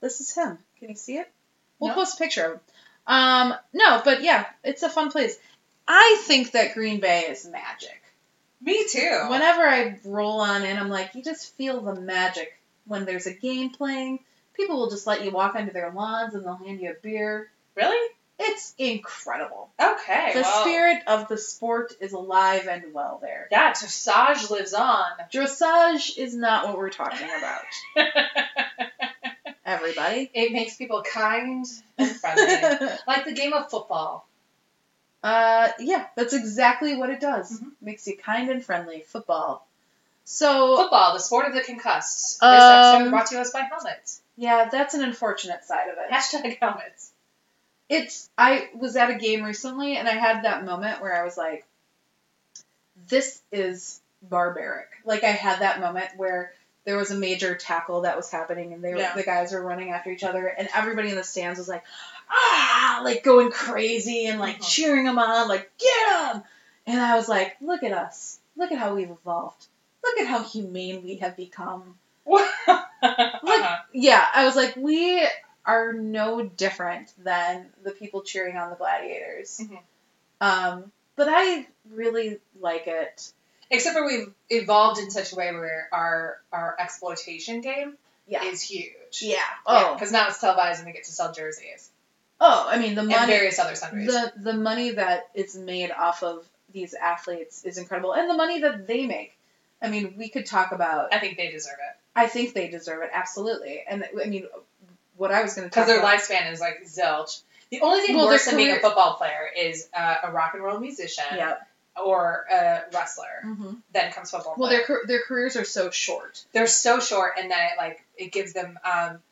Speaker 2: This is him. Can you see it? We'll
Speaker 1: No.
Speaker 2: post a picture of him. Um, no, but yeah, it's a fun place. I think that Green Bay is magic.
Speaker 1: Me too.
Speaker 2: Whenever I roll on in, I'm like, you just feel the magic when there's a game playing. People will just let you walk onto their lawns and they'll hand you a beer.
Speaker 1: really?
Speaker 2: It's incredible.
Speaker 1: Okay.
Speaker 2: the
Speaker 1: well,
Speaker 2: spirit of the sport is alive and well there.
Speaker 1: Yeah, dressage lives on.
Speaker 2: Dressage is not what we're talking about,
Speaker 1: (laughs)
Speaker 2: everybody.
Speaker 1: it makes people kind and
Speaker 2: (laughs)
Speaker 1: friendly. like the game of football.
Speaker 2: Uh, yeah, that's exactly what it does.
Speaker 1: Mhm.
Speaker 2: Makes you kind and friendly. Football. So
Speaker 1: Football, the sport of the concussed. This
Speaker 2: Um,
Speaker 1: episode brought to us by helmets.
Speaker 2: yeah, that's an unfortunate side of it.
Speaker 1: Hashtag helmets.
Speaker 2: It's I was at a game recently and I had that moment where I was like, this is barbaric. Like I had that moment where there was a major tackle that was happening and they were,
Speaker 1: Yeah.
Speaker 2: the guys were running after each other and everybody in the stands was like, ah, like going crazy and like
Speaker 1: Mhm.
Speaker 2: cheering them on, like get them. And I was like, look at us. Look at how we've evolved. Look at how humane we have become.
Speaker 1: (laughs) Look,
Speaker 2: Yeah, I was like, we are no different than the people cheering on the gladiators.
Speaker 1: Mhm.
Speaker 2: Um, but I really like it.
Speaker 1: Except for we've evolved in such a way where our our exploitation game
Speaker 2: Yeah.
Speaker 1: is huge.
Speaker 2: yeah. Oh.
Speaker 1: Because now it's televised and we get to sell jerseys
Speaker 2: oh, I mean the
Speaker 1: and
Speaker 2: money
Speaker 1: various other sundries.
Speaker 2: the the money that is made off of these athletes is incredible and the money that they make. I mean, we could talk about
Speaker 1: I think they deserve it
Speaker 2: I think they deserve it absolutely. And I mean, what I was going to talk
Speaker 1: because their
Speaker 2: about.
Speaker 1: lifespan is like zilch. The only thing
Speaker 2: Well, their
Speaker 1: worse than being a
Speaker 2: career-
Speaker 1: football player is uh, a rock and roll musician
Speaker 2: yeah.
Speaker 1: or a wrestler.
Speaker 2: hmm
Speaker 1: Then comes football.
Speaker 2: Well,
Speaker 1: player.
Speaker 2: their car- their careers are so short.
Speaker 1: they're so short and that it like it gives them um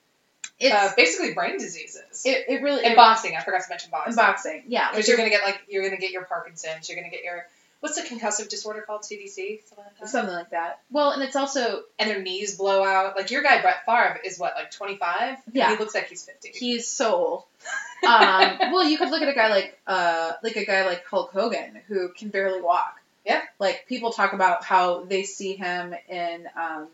Speaker 2: It's
Speaker 1: uh, basically brain diseases
Speaker 2: it, it really
Speaker 1: and
Speaker 2: it-
Speaker 1: boxing i forgot to mention boxing
Speaker 2: and boxing. Yeah,
Speaker 1: because
Speaker 2: like
Speaker 1: you're gonna get like you're gonna get your parkinson's you're gonna get your what's the concussive disorder called cdc Something like that?
Speaker 2: something like that. Well, and it's also
Speaker 1: and their knees blow out like your guy brett Favre is what like 25
Speaker 2: Yeah.
Speaker 1: he looks like he's 50
Speaker 2: he's so old. (laughs)
Speaker 1: (laughs)
Speaker 2: Um, well, you could look at a guy like uh, like a guy like Hulk Hogan who can barely walk.
Speaker 1: Yeah.
Speaker 2: Like people talk about how they see him in um,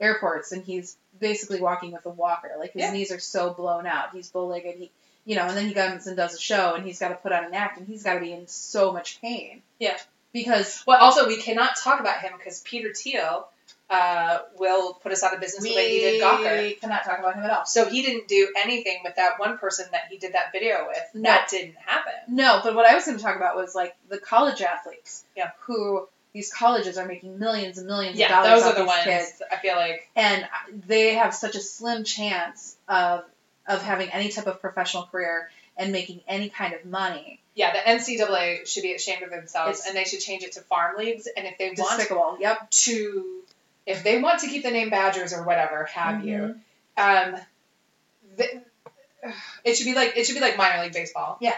Speaker 2: airports and he's basically walking with a walker. Like his
Speaker 1: Yeah.
Speaker 2: knees are so blown out. He's bow legged. He you know, and then he comes and does a show and he's got to put on an act and he's got to be in so much pain.
Speaker 1: Yeah.
Speaker 2: Because
Speaker 1: Well, also we cannot talk about him because Peter Thiel, uh, will put us out of business the way he did Gawker.
Speaker 2: cannot talk about him at all.
Speaker 1: So he didn't do anything with that one person that he did that video with.
Speaker 2: No.
Speaker 1: That didn't happen.
Speaker 2: No, but what I was going to talk about was like the college athletes.
Speaker 1: Yeah.
Speaker 2: Who these colleges are making millions and millions
Speaker 1: Yeah,
Speaker 2: of
Speaker 1: those
Speaker 2: dollars off
Speaker 1: are the
Speaker 2: these
Speaker 1: ones
Speaker 2: kids,
Speaker 1: I feel like.
Speaker 2: and they have such a slim chance of of having any type of professional career and making any kind of money.
Speaker 1: Yeah, the NCAA should be ashamed of themselves,
Speaker 2: It's-
Speaker 1: and they should change it to farm leagues. And if they want
Speaker 2: Despicable. Yep.
Speaker 1: to, if they want to keep the name Badgers or whatever, have you?
Speaker 2: Mm-hmm.
Speaker 1: Um, th- (sighs) it should be like it should be like minor league baseball.
Speaker 2: Yeah.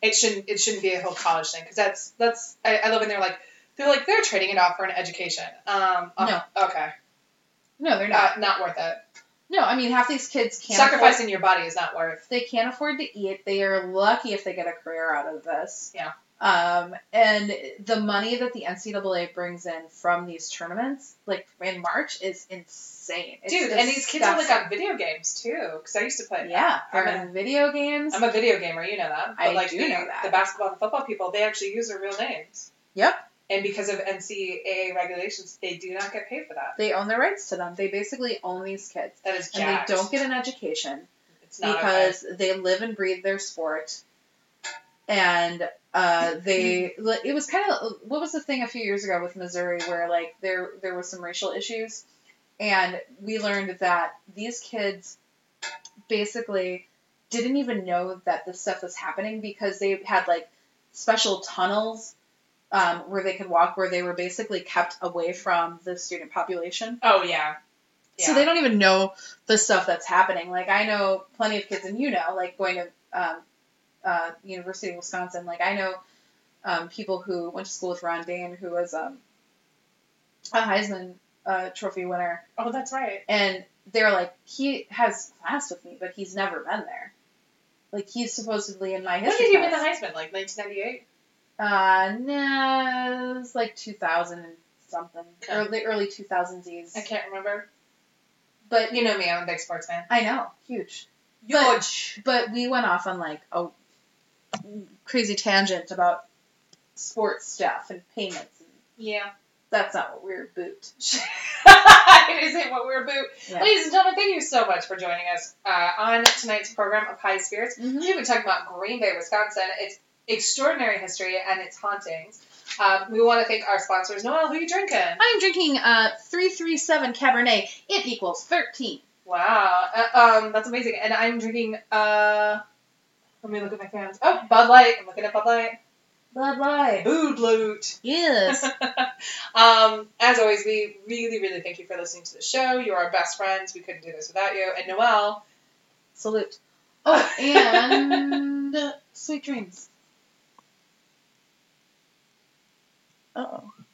Speaker 1: It shouldn't it shouldn't be a whole college thing because that's that's I, I love when they're like they're like they're trading it off for an education. Um, uh, okay,
Speaker 2: No, they're
Speaker 1: not
Speaker 2: not.
Speaker 1: not worth it.
Speaker 2: Uh, no, I mean half these kids can't afford
Speaker 1: Sacrificing your body is not worth.
Speaker 2: they can't afford to eat. They are lucky if they get a career out of this.
Speaker 1: Yeah.
Speaker 2: Um, and the money that the NCAA brings in from these tournaments, like in March, is insane. It's
Speaker 1: Dude, and these kids are like
Speaker 2: disgusting.
Speaker 1: on video games too because I used to play.
Speaker 2: yeah, they're
Speaker 1: I'm
Speaker 2: in video games.
Speaker 1: I'm a video gamer, you know that. But
Speaker 2: I
Speaker 1: like
Speaker 2: do
Speaker 1: the,
Speaker 2: know that.
Speaker 1: the basketball and football people, they actually use their real names.
Speaker 2: Yep.
Speaker 1: And because of NCAA regulations, they do not get paid for that.
Speaker 2: they own the rights to them. They basically own these kids,
Speaker 1: That is
Speaker 2: and
Speaker 1: jacked.
Speaker 2: they don't get an education.
Speaker 1: It's not okay.
Speaker 2: because they live and breathe their sport. And uh, they, it was kind of what was the thing a few years ago with Missouri where like there there was some racial issues, and we learned that these kids basically didn't even know that this stuff was happening because they had like special tunnels um, where they could walk where they were basically kept away from the student population.
Speaker 1: Oh yeah.
Speaker 2: So they don't even know the stuff that's happening. Like I know plenty of kids, and you know, like going to um, uh, University of Wisconsin. Like I know um, people who went to school with Ron Dane, who was um, a Heisman uh, Trophy winner,
Speaker 1: Oh, that's right.
Speaker 2: and they're like, he has class with me, but he's never been there. Like he's supposedly in my
Speaker 1: When
Speaker 2: history
Speaker 1: did he win the
Speaker 2: class.
Speaker 1: Heisman? Like 1998.
Speaker 2: Uh, nah, it was like 2000 and something,
Speaker 1: Okay.
Speaker 2: early early 2000s.
Speaker 1: I can't remember.
Speaker 2: But
Speaker 1: You know me. I'm a big sports fan.
Speaker 2: I know, huge. But-
Speaker 1: Huge.
Speaker 2: but we went off on like a crazy tangent about sports stuff and payments.
Speaker 1: (laughs) Yeah.
Speaker 2: That's not what we were boot.
Speaker 1: it isn't what we're about.
Speaker 2: Yeah.
Speaker 1: Ladies and gentlemen, thank you so much for joining us uh, on tonight's program of High Spirits.
Speaker 2: Mm-hmm.
Speaker 1: We've been talking about Green Bay, Wisconsin. It's extraordinary history and its hauntings. Um, we want to thank our sponsors. Noel, who are you drinking?
Speaker 2: I'm drinking uh, 337 Cabernet. It equals 13.
Speaker 1: Wow, uh, um, that's amazing. And I'm drinking. Uh, let me look at my fans. Oh, Bud Light. I'm looking at Bud Light.
Speaker 2: Bud Light.
Speaker 1: Bud Light.
Speaker 2: (laughs) Yes.
Speaker 1: (laughs) um, as always, we really, really thank you for listening to the show. You're our best friends. We couldn't do this without you. And Noelle,
Speaker 2: Salute. Oh, and sweet dreams. Uh oh.